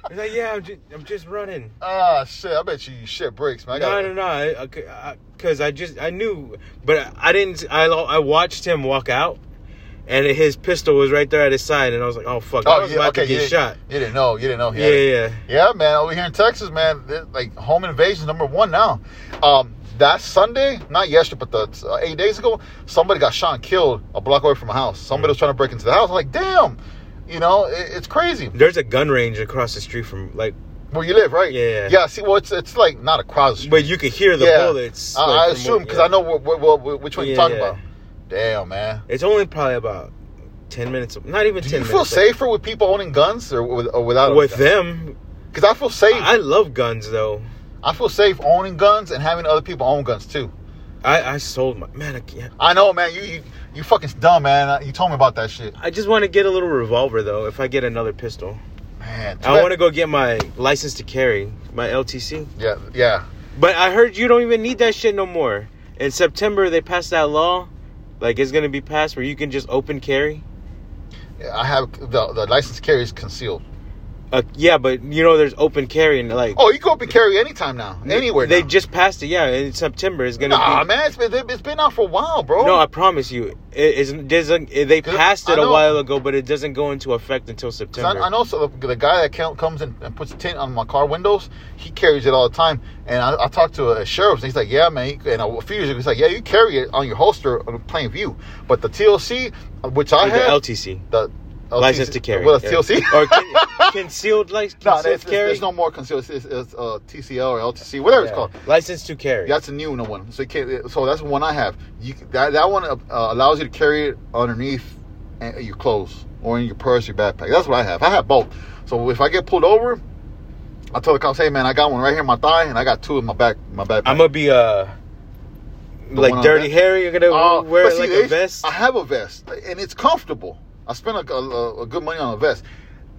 A: He's like, "Yeah, I'm just, I'm just running."
B: Ah, shit. I bet you your shit breaks, man. I
A: No,
B: got
A: no, no. I, I, c- I- cause I just I knew, but I didn't. I lo- I watched him walk out, and his pistol was right there at his side, and I was like, oh fuck, I
B: Oh,
A: was
B: yeah,
A: about
B: okay.
A: to
B: You
A: get
B: didn't,
A: shot.
B: you didn't know. You didn't know. he
A: Yeah,
B: had it.
A: yeah.
B: Yeah, man. Over here in Texas, man, th- like home invasion number one now. Um, that Sunday, not yesterday, but the uh, eight days ago, somebody got shot and killed a block away from my house.
A: Mm.
B: Somebody was trying to break into the house. I'm like, damn, you know, it, it's crazy
A: There's a gun range across the street from like,
B: where you live, right?
A: Yeah.
B: Yeah. See, well, it's it's like not across the street.
A: but you could hear the bullets.
B: I,
A: like,
B: I
A: from
B: assume
A: where-
B: because
A: yeah.
B: I know what, what, what, which one
A: Yeah,
B: you're talking
A: yeah.
B: about. Damn, man.
A: it's only probably about ten minutes. Not even
B: Do
A: ten.
B: you feel
A: minutes,
B: safer with people owning guns or, with, or without
A: like, with them?
B: Because I feel safe.
A: I love guns though.
B: I feel safe owning guns and having other people own guns too.
A: I I sold my man. I can't.
B: I know, man. You you, you fucking dumb, man. Uh, You told me about that shit,
A: I just want to get a little revolver though. If I get another pistol,
B: man.
A: I want to go get my license to carry, my LTC.
B: Yeah, yeah.
A: But I heard you don't even need that shit no more. In September, they passed that law. Like, it's going to be passed where you can just open carry.
B: Yeah, I have the the license to carry is concealed.
A: Uh, yeah, but you know, there's open carry and like.
B: Oh, you can open carry anytime now, anywhere.
A: They
B: now.
A: just passed it. Yeah, in September, it's going to
B: nah,
A: be.
B: man. It's been it's been out for a while, bro.
A: No, I promise you, it isn't. doesn't- it- They
B: 'Cause
A: passed
B: I
A: it a
B: know-
A: while ago, but it doesn't go into effect until
B: 'Cause I,
A: September.
B: I know so the, the guy that count, comes in and puts tint on my car windows, he carries it all the time. And I, I talked to a sheriff, and he's like, "Yeah, man." He, and a few years ago, he's like, "Yeah, you carry it on your holster on plain view." But the TLC, uh, which I
A: Or the
B: have,
A: LTC,
B: the LTC
A: license to carry.
B: well, the
A: yeah.
B: TLC.
A: or con- concealed license
B: No, there's, there's-
A: carry.
B: there's no more concealed. It's, it's uh, TCL or LTC, whatever it's
A: Yeah.
B: called.
A: License to carry.
B: That's a new one. So you can't. So that's one I have. You that that one uh, allows you to carry it underneath uh, your clothes or in your purse, your backpack. That's what I have. I have both. So if I get pulled over, I tell the cops, "Hey, man, I got one right here in my thigh, and I got two in my back, my backpack."
A: I'm gonna be uh
B: one
A: like
B: on
A: Dirty
B: that?
A: Harry. You're gonna
B: Uh,
A: wear
B: but see,
A: like
B: they-
A: a vest.
B: I have a vest, and it's comfortable. I spent a, a, a good money on a vest.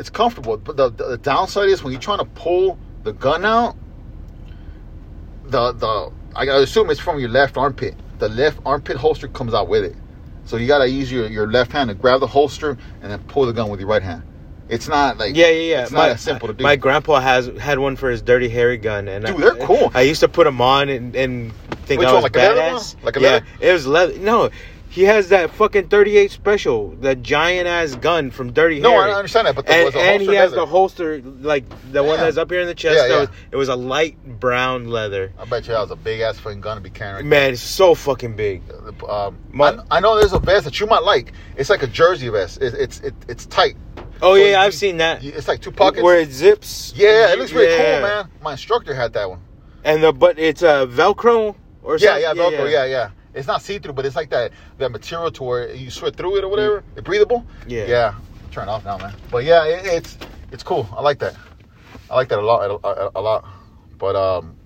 B: it's comfortable. But the, the, the downside is when you're trying to pull the gun out, the the I assume it's from your left armpit. The left armpit holster comes out with it, so you gotta use your, your left hand to grab the holster and then pull the gun with your right hand. It's not like
A: Yeah, yeah, yeah.
B: It's
A: my,
B: not as simple to do.
A: My grandpa has had one for his dirty hairy gun, and
B: Dude,
A: I,
B: they're cool.
A: I used to put them on and, and think
B: Which
A: I was
B: one, like a leather one?
A: badass.
B: Like a
A: yeah,
B: leather?
A: it was leather. No, he has that fucking thirty-eight special, that giant ass gun from Dirty
B: no,
A: Harry.
B: I understand that, but there
A: And,
B: was a
A: and
B: holster
A: he has
B: leather.
A: the holster, like the one
B: Yeah.
A: that's up here in the chest.
B: Yeah,
A: that
B: yeah.
A: Was, it was a light brown leather.
B: I bet you that was a big ass fucking gun to be carrying.
A: Man, it's so fucking big.
B: Um,
A: My-
B: I, I know there's a vest that you might like. It's like a jersey vest. It, it's it, it's tight.
A: Oh
B: So
A: yeah,
B: you-
A: I've seen that.
B: It's like two pockets.
A: Where it zips.
B: yeah, it looks pretty
A: Yeah.
B: cool, man. My instructor had that one.
A: And the but it's a Velcro or
B: Yeah,
A: something.
B: yeah, Velcro. Yeah, yeah. It's not see through, but it's like that that material to where you sweat through it or whatever. It's breathable.
A: Mm. Yeah.
B: Yeah. Turn it off now, man. But yeah, it, it's it's cool. I like that. I like that a lot. A, a- a lot. But um,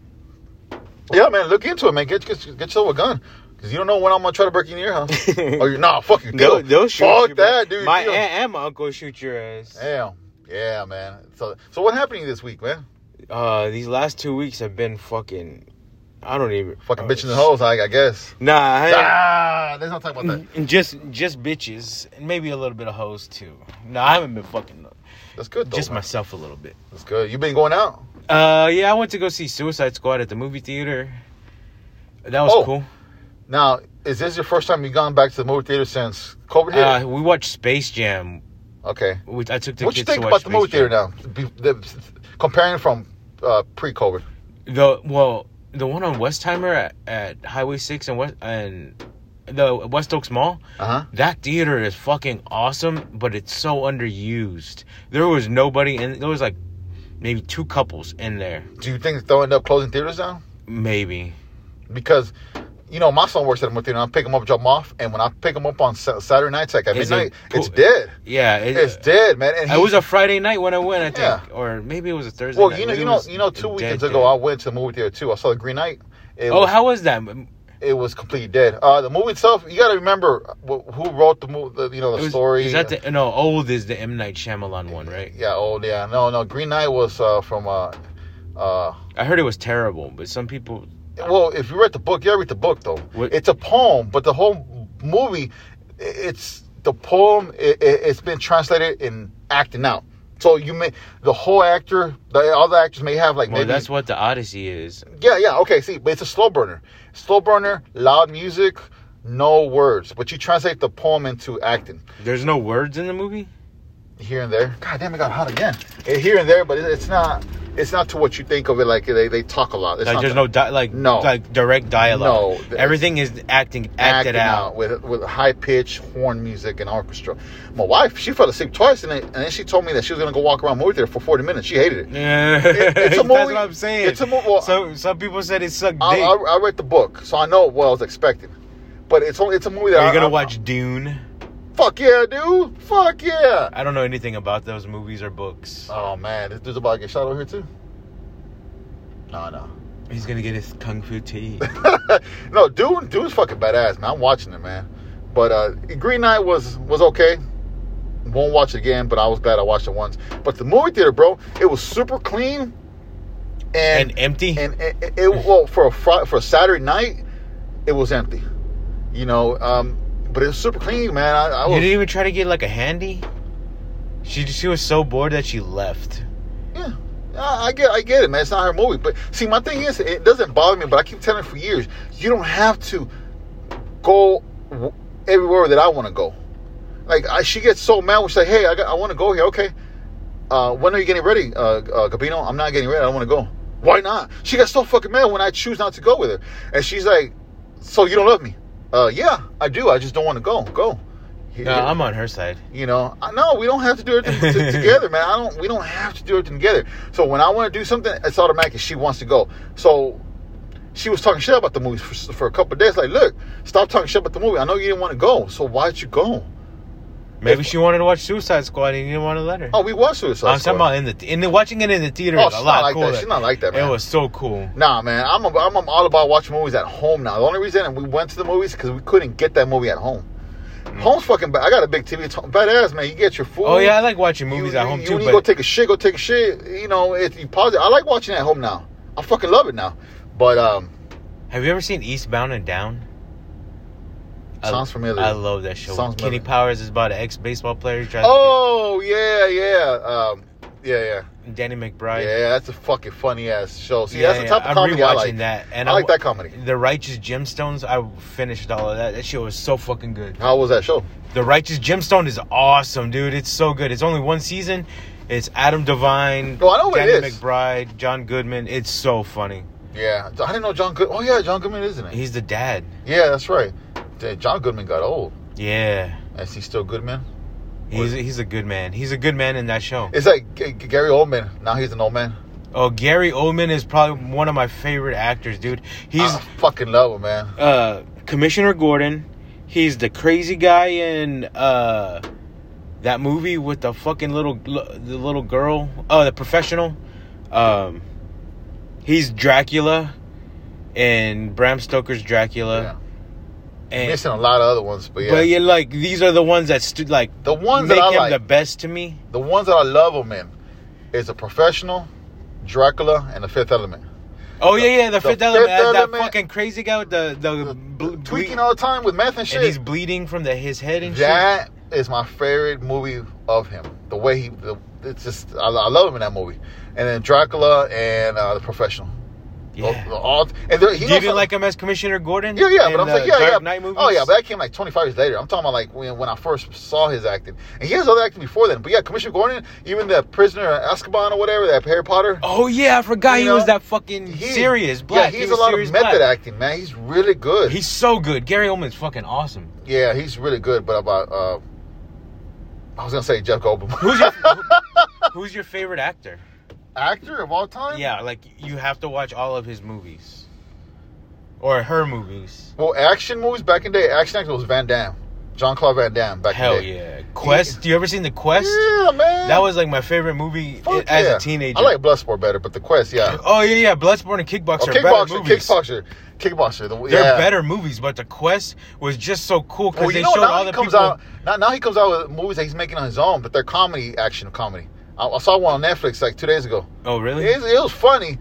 B: yeah, man. Look into it, man. Get get, get yourself a gun. Cause you don't know when I'm gonna try to break into your house. oh, you nah, fuck you.
A: They'll,
B: deal.
A: they'll shoot
B: fuck
A: you, bro.
B: that, dude.
A: My
B: deal.
A: aunt and my uncle shoot your ass.
B: Damn. Yeah, man. So, so what happened to you this week, man?
A: Uh, these last two weeks have been fucking. I don't even
B: Fucking
A: oh,
B: bitching the hoes, I, I guess.
A: Nah, I,
B: Ah, let's not talk about that.
A: n- just just bitches and maybe a little bit of hoes too. No, I haven't been fucking
B: That's good though.
A: just
B: man.
A: myself a little bit.
B: That's good. You been going out?
A: Uh, yeah, I went to go see Suicide Squad at the movie theater. That was
B: Oh,
A: cool.
B: Now, is this your first time you've gone back to the movie theater since COVID hit?
A: Uh, we watched Space Jam.
B: okay.
A: Which I took the
B: What you
A: kids
B: think
A: to watch
B: about the
A: Space
B: movie
A: Jam.
B: theater now? Be, the, comparing from uh, pre-COVID.
A: The well, the one on Westheimer at, at Highway Six and West and the West Oaks Mall.
B: Uh huh.
A: That theater is fucking awesome, but it's so underused. There was nobody in. There was like maybe two couples in there,
B: Do you think they'll end up closing theaters down?
A: maybe.
B: Because, you know, my son works at a movie theater. I pick him up, drop him off, and when I pick him up on Sa- Saturday nights, like at
A: Is it
B: midnight,
A: cool-
B: it's dead.
A: Yeah, it,
B: It's dead, man. And
A: it was a Friday night when I went, I think,
B: Yeah.
A: or maybe it was a Thursday.
B: Well,
A: night.
B: you know,
A: Maybe
B: you
A: it
B: know,
A: was
B: you know. Two
A: dead
B: weekends
A: day.
B: ago, I went to the movie theater too. I saw the Green Knight. It
A: oh,
B: was,
A: how was that?
B: it was completely dead. Uh, the movie itself, you got to remember wh- who wrote the movie. The, you know,
A: It
B: the
A: was-
B: story.
A: Is that the no old is the M Night Shyamalan one, right?
B: Yeah. Oh, yeah. No, no. Green Knight was uh, from. Uh, uh,
A: I heard it was terrible, but some people.
B: well, if you read the book, you gotta read the book though.
A: What-
B: It's a poem, but the whole movie, i- it's the poem. It, it, it's been translated in acting out. So you may the whole actor, the other actors may have like
A: Well,
B: maybe
A: that's what the Odyssey is.
B: Yeah, yeah, okay, see, but it's a slow burner. Slow burner, loud music, no words. But you translate the poem into acting
A: There's no words in the movie.
B: here and there. God damn, it got hot again. Eh, Here and there, but it- it's not it's not to what you think of it like they, they talk a lot. It's
A: Like
B: not
A: there's
B: that.
A: no di- like
B: No.
A: like direct dialogue.
B: No.
A: everything is acting acted out.
B: with with high pitch horn music and orchestra. My wife, she fell asleep twice and then, and then she told me that she was gonna go walk around movie theater for 40 minutes. She hated it.
A: Yeah,
B: it's a
A: that's
B: movie-
A: what I'm saying.
B: it's a mo- well,
A: so some people said it sucked dick.
B: I, I, I read the book, so I know what I was expecting. But it's only it's a movie that
A: Are
B: I-
A: you gonna
B: I-
A: watch Dune?
B: Fuck yeah, dude! Fuck yeah!
A: I don't know anything about those movies or books.
B: Oh man, this dude's about to get shot over here too. No, no,
A: He's gonna get his kung fu tea.
B: no. Dude, dude's fucking badass, man. I'm watching it, man. But uh, Green Knight was was okay. Won't watch it again, but I was glad I watched it once. But the movie theater, bro, it was super clean. And
A: and empty.
B: and it, it, it well for a Friday, for a Saturday night, it was empty. You know, um, but it was super clean, man. I, I
A: you
B: was,
A: didn't even try to get like a handy. She she was so bored that she left.
B: Yeah, I I get, I get it, man. It's not her movie, but see, my thing is, it doesn't bother me. But I keep telling her for years, you don't have to go w- everywhere that I want to go. Like I, she gets so mad when she's like, "Hey, I, got, I want to go here." Okay, uh, when are you getting ready, uh, uh, Gabino? I'm not getting ready. I don't want to go. Why not? She got so fucking mad when I choose not to go with her, and she's like, "So you don't love me?" Uh, yeah, I do. I just don't want to go. Go.
A: No, I'm on her side.
B: You know, I- no, we don't have to do everything t- together, man. I don't. We don't have to do everything together. So when I want to do something, it's automatic. She wants to go. So she was talking shit about the movie for, for a couple of days. Like, look, stop talking shit about the movie. I know you didn't want to go, so why'd you go?
A: Maybe she wanted to watch Suicide Squad and you didn't want to let her.
B: Oh, we watched Suicide
A: I'm talking
B: Squad.
A: about in the in the, watching it in the theater
B: Oh,
A: is a
B: she's
A: lot
B: not like
A: cooler.
B: that. She's not like that, man.
A: It was so cool.
B: Nah, man. I'm a, I'm all about watching movies at home now. The only reason we went to the movies because we couldn't get that movie at home. Home's fucking bad. I got a big TV. It's badass, man. You get your food.
A: Mm. Oh yeah, I like watching movies
B: you,
A: at home
B: you,
A: too.
B: You,
A: but
B: go take a shit, go take a shit. You know, it, you pause it. I like watching at home now. I fucking love it now. But um,
A: have you ever seen Eastbound and Down? I-
B: Sounds familiar.
A: I love that show.
B: Sounds
A: Kenny
B: familiar.
A: Powers is about an ex baseball player. who tries to
B: oh yeah, yeah, um, yeah, yeah,
A: get- Danny McBride.
B: yeah. That's a fucking funny ass show. See,
A: Yeah,
B: that's the
A: yeah,
B: type of
A: I'm
B: comedy I
A: rewatching
B: like.
A: that, and
B: I
A: I'm-
B: like that comedy.
A: The Righteous Gemstones. I finished all of that. That show was so fucking good.
B: How was that show?
A: The Righteous Gemstone is awesome, dude. It's so good. It's only one season. It's Adam Devine,
B: Oh, I know what it
A: Danny
B: is.
A: McBride, John Goodman. It's so funny.
B: Yeah, I didn't know John Good. Oh yeah, John Goodman, isn't it?
A: He's the dad.
B: Yeah, that's right. Dude, John Goodman got old.
A: Yeah,
B: Is he still Goodman?
A: he's he's a good man. He's a good man in that show.
B: It's like G- G- Gary Oldman. Now he's an old man.
A: Oh, Gary Oldman is probably one of my favorite actors, dude. He's
B: I fucking love him, man.
A: uh, Commissioner Gordon. He's the crazy guy in uh, that movie with the fucking little the little girl. Oh, the professional. Um, he's Dracula, and Bram Stoker's Dracula.
B: yeah.
A: And
B: Missing a lot of other ones, but yeah.
A: Uh, but oh, yeah, like these are the ones that stood like
B: The ones
A: make
B: that I
A: him
B: like,
A: the best to me.
B: the ones that I love him in, is a professional, Dracula, and the Fifth Element.
A: Oh yeah, yeah, the,
B: the
A: Fifth Element,
B: Fifth
A: that- that
B: Element-
A: fucking crazy guy with the the, ble-
B: Tweaking
A: ble-
B: all the time with meth and shit.
A: and he's bleeding from the his head and shit.
B: That is my favorite movie of him. The way he, the, it's just I, I love him in that movie. And then Dracula and uh, the Professional.
A: Yeah.
B: All- all- and there,
A: Do
B: he knows
A: you didn't
B: how-
A: like him as Commissioner Gordon?
B: Yeah, yeah,
A: in
B: but I'm
A: the
B: like, yeah,
A: Dark
B: yeah.
A: Knight movies?
B: Oh, yeah, but that came like 25 years later. I'm talking about like when, when I first saw his acting, and he has other acting before then. But yeah, Commissioner Gordon, even the Prisoner of Azkaban or whatever, that Harry Potter.
A: Oh yeah, I forgot
B: You
A: he was
B: know?
A: that fucking
B: he-
A: serious black. He
B: Yeah, he's
A: was
B: a lot of
A: serious
B: method
A: black.
B: acting, man. He's really good.
A: He's so good. Gary Oldman's fucking awesome.
B: yeah, he's really good. But about, uh, I was gonna say Jeff Goldblum,
A: Who's your Who's your favorite actor?
B: actor of all time.
A: Yeah, like you have to watch all of his movies, or her movies.
B: Well, action movies back in the day, action actor was Van Damme, John Claude Van Damme back
A: Hell
B: in the day.
A: yeah, Quest. You ever seen the Quest?
B: Yeah, man.
A: That was like my favorite movie
B: Fuck
A: as
B: yeah.
A: a teenager.
B: I like Bloodsport better, but the Quest, yeah.
A: oh yeah, yeah, Bloodsport and Kickboxer.
B: Oh,
A: are better
B: kickboxer,
A: movies.
B: kickboxer, kickboxer. The,
A: They're
B: yeah.
A: better movies, but the Quest was just so cool because
B: Well,
A: they
B: you know,
A: showed
B: now
A: all
B: he
A: the
B: comes
A: people.
B: out. Now, now he comes out with movies that he's making on his own, but they're comedy, action comedy. I, I saw one on Netflix like two days ago.
A: oh really?
B: It, it was funny,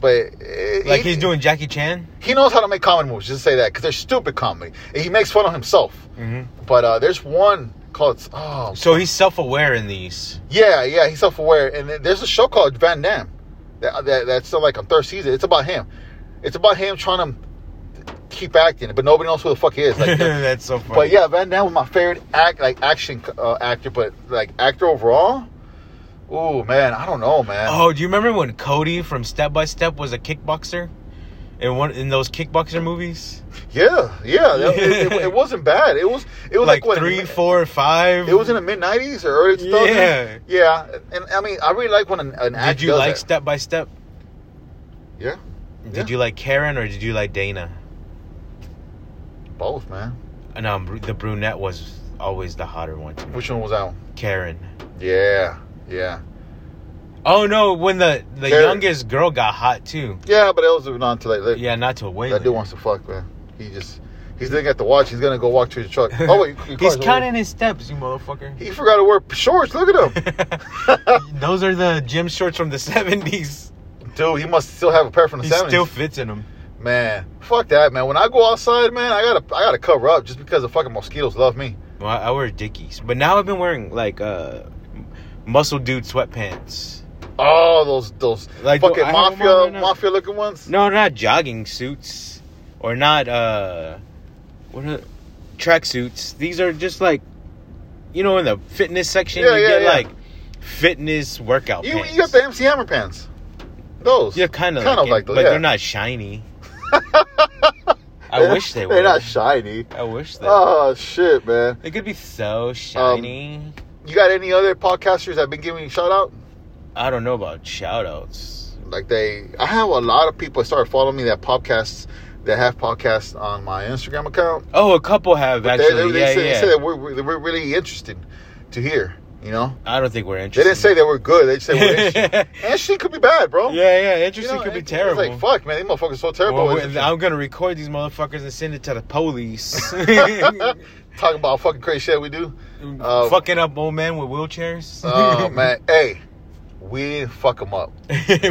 B: but it-
A: like
B: he-
A: he's doing Jackie Chan.
B: He knows how to make comedy movies. Just say that because they're stupid comedy. And he makes fun of himself.
A: Mhm.
B: But uh, there's one called oh
A: So he's self-aware in these.
B: Yeah, yeah, he's self-aware, and then there's a show called Van Dam that, that that's still like on third season. It's about him. It's about him trying to keep acting, but nobody knows who the fuck he is. Like,
A: That's so funny.
B: but yeah, Van Dam was my favorite act, like action uh, actor, but like actor overall. Ooh man, I don't know, man.
A: Oh, do you remember when Cody from Step by Step was a kickboxer? In one in those kickboxer movies,
B: Yeah, yeah, that- it, it- it wasn't bad. It was, it was like,
A: like,
B: what
A: three, four, five.
B: It was in the mid '90s or early 2000s.
A: Yeah.
B: yeah. And I mean, I really like when an, an
A: Did
B: actor
A: you
B: does
A: like
B: that.
A: Step by Step?
B: Yeah, Yeah.
A: Did you like Karen or did you like Dana?
B: both, man.
A: Uh, No, br- the brunette was always the hotter one. to me.
B: Which one was that one?
A: Karen.
B: Yeah, yeah,
A: Oh no, when the the
B: Karen.
A: youngest girl got hot too.
B: yeah. But it was not too late. Look,
A: Yeah, not to wait.
B: that dude wants to fuck, man. He just he's looking at the watch. He's gonna go walk to his truck. Oh wait, your
A: he's
B: car's over.
A: counting his steps, you motherfucker.
B: He forgot to wear shorts. Look at him,
A: Those are the gym shorts from the seventies.
B: dude. He must still have a pair from the
A: He
B: seventies.
A: still fits in them.
B: man, fuck that, man. When I go outside, man, I gotta I gotta cover up just because the fucking mosquitoes love me.
A: Well, I, I wear Dickies, but now I've been wearing like uh, muscle dude sweatpants.
B: Oh, those those
A: Like,
B: fucking
A: I have them
B: mafia
A: on right now.
B: mafia looking ones.
A: No, not jogging suits, or not uh, what are track suits? These are just like, you know, in the fitness section,
B: Yeah,
A: you
B: yeah,
A: get
B: yeah.
A: like fitness workout
B: You,
A: pants.
B: you got the MC Hammer pants. Those.
A: yeah, kind of
B: kind of like
A: it,
B: those,
A: but
B: yeah.
A: they're not shiny. I wish they were.
B: They're not shiny.
A: I wish they. were.
B: Oh Um, shit, man.
A: They could be so shiny.
B: You got any other podcasters that been giving you shout out?
A: I don't know about shout outs.
B: Like they, I have a lot of people that started following me that podcasts that have podcasts on my Instagram account.
A: Oh, a couple have
B: They,
A: actually.
B: they, they
A: yeah,
B: say,
A: yeah.
B: they say that we're, we're, we're really interested to hear. You know,
A: I don't think we're
B: they
A: interested.
B: didn't say they were good. They just said we're interesting. and shit could be bad, bro.
A: yeah, yeah,
B: You
A: interesting
B: know,
A: could be
B: it's
A: terrible.
B: Like fuck, man, these motherfuckers so terrible.
A: Well,
B: It's-
A: I'm gonna record these motherfuckers and send it to the police.
B: Talking about fucking crazy shit we do. Uh,
A: Fucking up old men with wheelchairs.
B: Oh man, hey, we didn't fuck him up.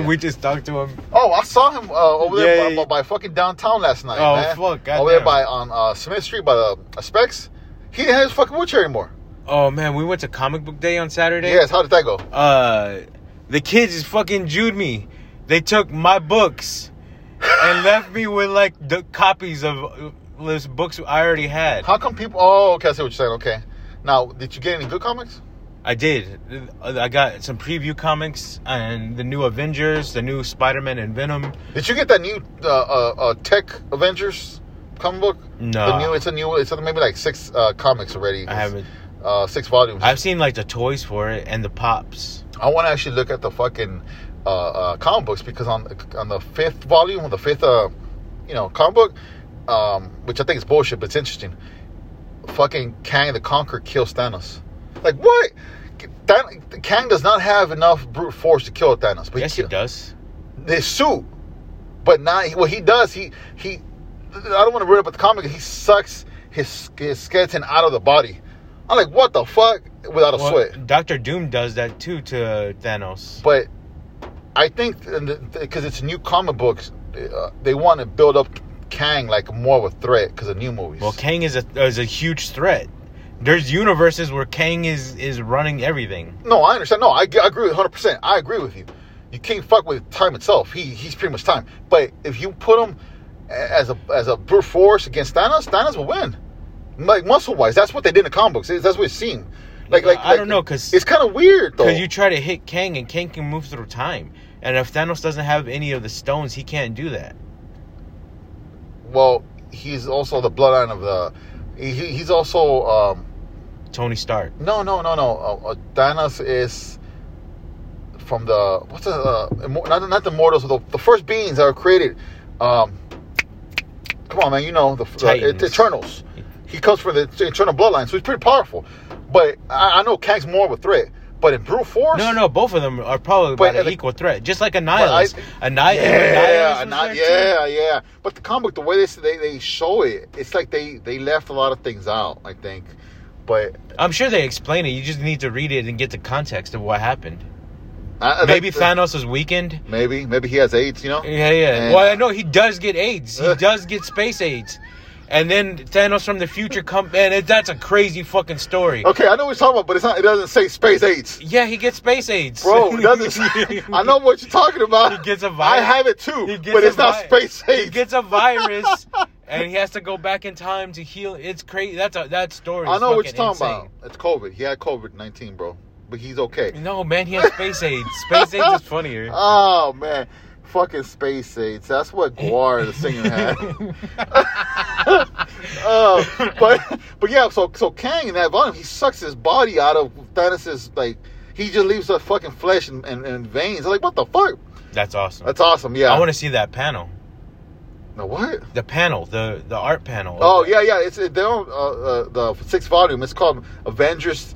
A: we just talked to him.
B: Oh, I saw him uh, over there
A: Yeah,
B: by,
A: yeah, yeah.
B: by fucking downtown last night.
A: Oh,
B: man.
A: fuck, goddamn.
B: over there by on uh, Smith Street by the uh, Specs. He didn't have his fucking wheelchair anymore.
A: Oh man, we went to comic book day on Saturday.
B: Yes, how did that go?
A: Uh, the kids just fucking jewed me. They took my books and left me with like the copies of uh, those books I already had.
B: How come people? Oh, okay, I see what you're saying. Okay, now did you get any good comics?
A: I did. I got some preview comics and the new Avengers, the new Spider-Man and Venom.
B: Did you get that new uh, uh, uh, Tech Avengers comic book?
A: No.
B: the new. It's a new. It's maybe like six uh, comics already.
A: I haven't.
B: Uh, six volumes.
A: I've seen like the toys for it and the pops.
B: I want to actually look at the fucking uh, uh, comic books because on on the fifth volume, on the fifth, uh, you know, comic book, um, which I think is bullshit, but it's interesting. Fucking Kang the Conqueror kills Thanos. Like what? Than- Kang does not have enough brute force to kill Thanos, but
A: yes, he
B: he kill-
A: does.
B: His suit, but not what he does. He he. I don't want to read up the comic. He sucks his his skeleton out of the body. I'm like, what the fuck? Without a sweat.
A: Doctor Doom does that too to Thanos.
B: but I think because it's new comic books, uh, they want to build up Kang like more of a threat because of new movies.
A: Well, Kang is a is a huge threat. There's universes where Kang is is running everything.
B: no, I understand. No, I, g- I agree with hundred percent. I agree with you. You can't fuck with time itself. He he's pretty much time. But if you put him a- as a as a brute force against Thanos, Thanos will win. Like muscle wise, that's what they did in the comic books. That's what it seemed. Like like
A: I don't know, 'cause-
B: it's kind of weird though.
A: Because you try to hit Kang and Kang can move through time, and if Thanos doesn't have any of the stones, he can't do that.
B: well, he's also the bloodline of the. He, he- he's also um,
A: Tony Stark.
B: No, no, no, no. Uh, uh, Thanos is from the what's the uh, immo- not not the mortals, the, the first beings that were created. Um, come on, man, you know the uh,
A: Titans.
B: it's Eternals. He comes from the Eternal bloodline, so he's pretty powerful. But I, I know Kang's more of a threat. But in brute force,
A: No, no, both of them are probably
B: But,
A: about an
B: uh,
A: equal threat. Just like Annihilus. Anni-
B: yeah,
A: Annihilus was
B: not,
A: there, too.
B: yeah, yeah. But the comic, the way they s- they they show it, it's like they they left a lot of things out. I think, but
A: I'm sure they explain it. You just need to read it and get the context of what happened.
B: I, I-
A: Maybe
B: that-
A: Thanos was weakened.
B: Maybe maybe he has AIDS. You know.
A: Yeah, yeah.
B: And-
A: Well, I know he does get AIDS. He
B: Ugh.
A: does get space AIDS. And then Thanos from the future come man, it, that's a crazy fucking story.
B: Okay, I know what you're talking about, but it's not. It doesn't say space AIDS,
A: Yeah, he gets space AIDS.
B: bro. It doesn't. Say, I know what you're talking about.
A: He gets a
B: I
A: virus.
B: have it too,
A: He gets
B: but
A: a
B: it's not
A: vi-
B: space AIDS.
A: He gets a virus and he has to go back in time to heal. It's crazy. That's a that story.
B: I
A: is
B: know what you're
A: fucking
B: talking
A: insane.
B: about. It's COVID. He had COVID nineteen, bro, but he's okay.
A: No, man, he has space AIDS. Space AIDS is funnier.
B: Oh man, fucking space AIDS. That's what Guar the singer had. uh, but but yeah, so so Kang in that volume, he sucks his body out of Thanos' like. He just leaves the fucking flesh and, and, and veins. I'm like, what the fuck?
A: That's awesome.
B: That's awesome. Yeah.
A: I want to see that panel.
B: No, what?
A: The panel, the the art panel.
B: Oh yeah, yeah. It's they don't, uh, uh, the sixth volume. It's called Avengers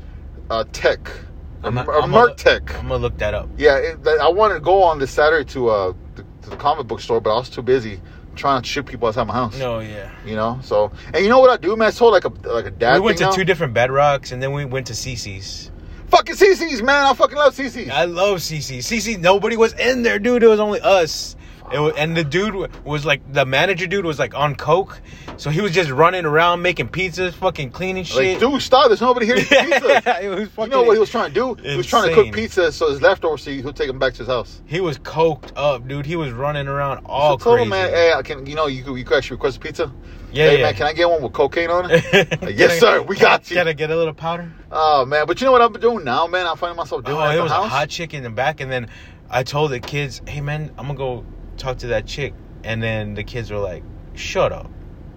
B: uh, Tech or,
A: I'm not-
B: or
A: I'm
B: Merc
A: not-
B: Tech.
A: I'm gonna look that up.
B: Yeah, it, that- I wanted to go on this Saturday to uh to, to the comic book store, but I was too busy trying to shoot people outside my house.
A: No, yeah.
B: You know, so and you know what I do, man? It's whole like a like a dad.
A: we went
B: thing
A: to
B: now.
A: two different bedrocks and then we went to CC's.
B: fucking CC's, man. I fucking love CC's.
A: I love CC. CC, nobody was in there, dude. It was only us. It wa- and the dude wa- was like, the manager dude was like on coke. So he was just running around making pizzas, fucking cleaning
B: like,
A: shit.
B: dude, stop! There's nobody here. to eat pizza.
A: it was fucking,
B: You know what he was trying to do? He was trying to cook
A: insane.
B: pizza so his leftovers, so he'll take them back to his house.
A: He was coked up, dude. He was running around all
B: so told
A: crazy.
B: him, man, hey, I can you know you could, you could actually request a pizza?
A: Yeah,
B: hey
A: yeah.
B: man, can I get one with cocaine on it?
A: Can
B: uh, yes,
A: I-
B: sir, we got
A: Can
B: you.
A: I get a little powder?
B: Oh man, but you know what I'm doing now, man? I'm finding myself doing
A: Oh,
B: at
A: it
B: the
A: was
B: house.
A: a hot chick in the back, and then I told the kids, "Hey, man, I'm gonna go talk to that chick," and then the kids were like, "Shut up."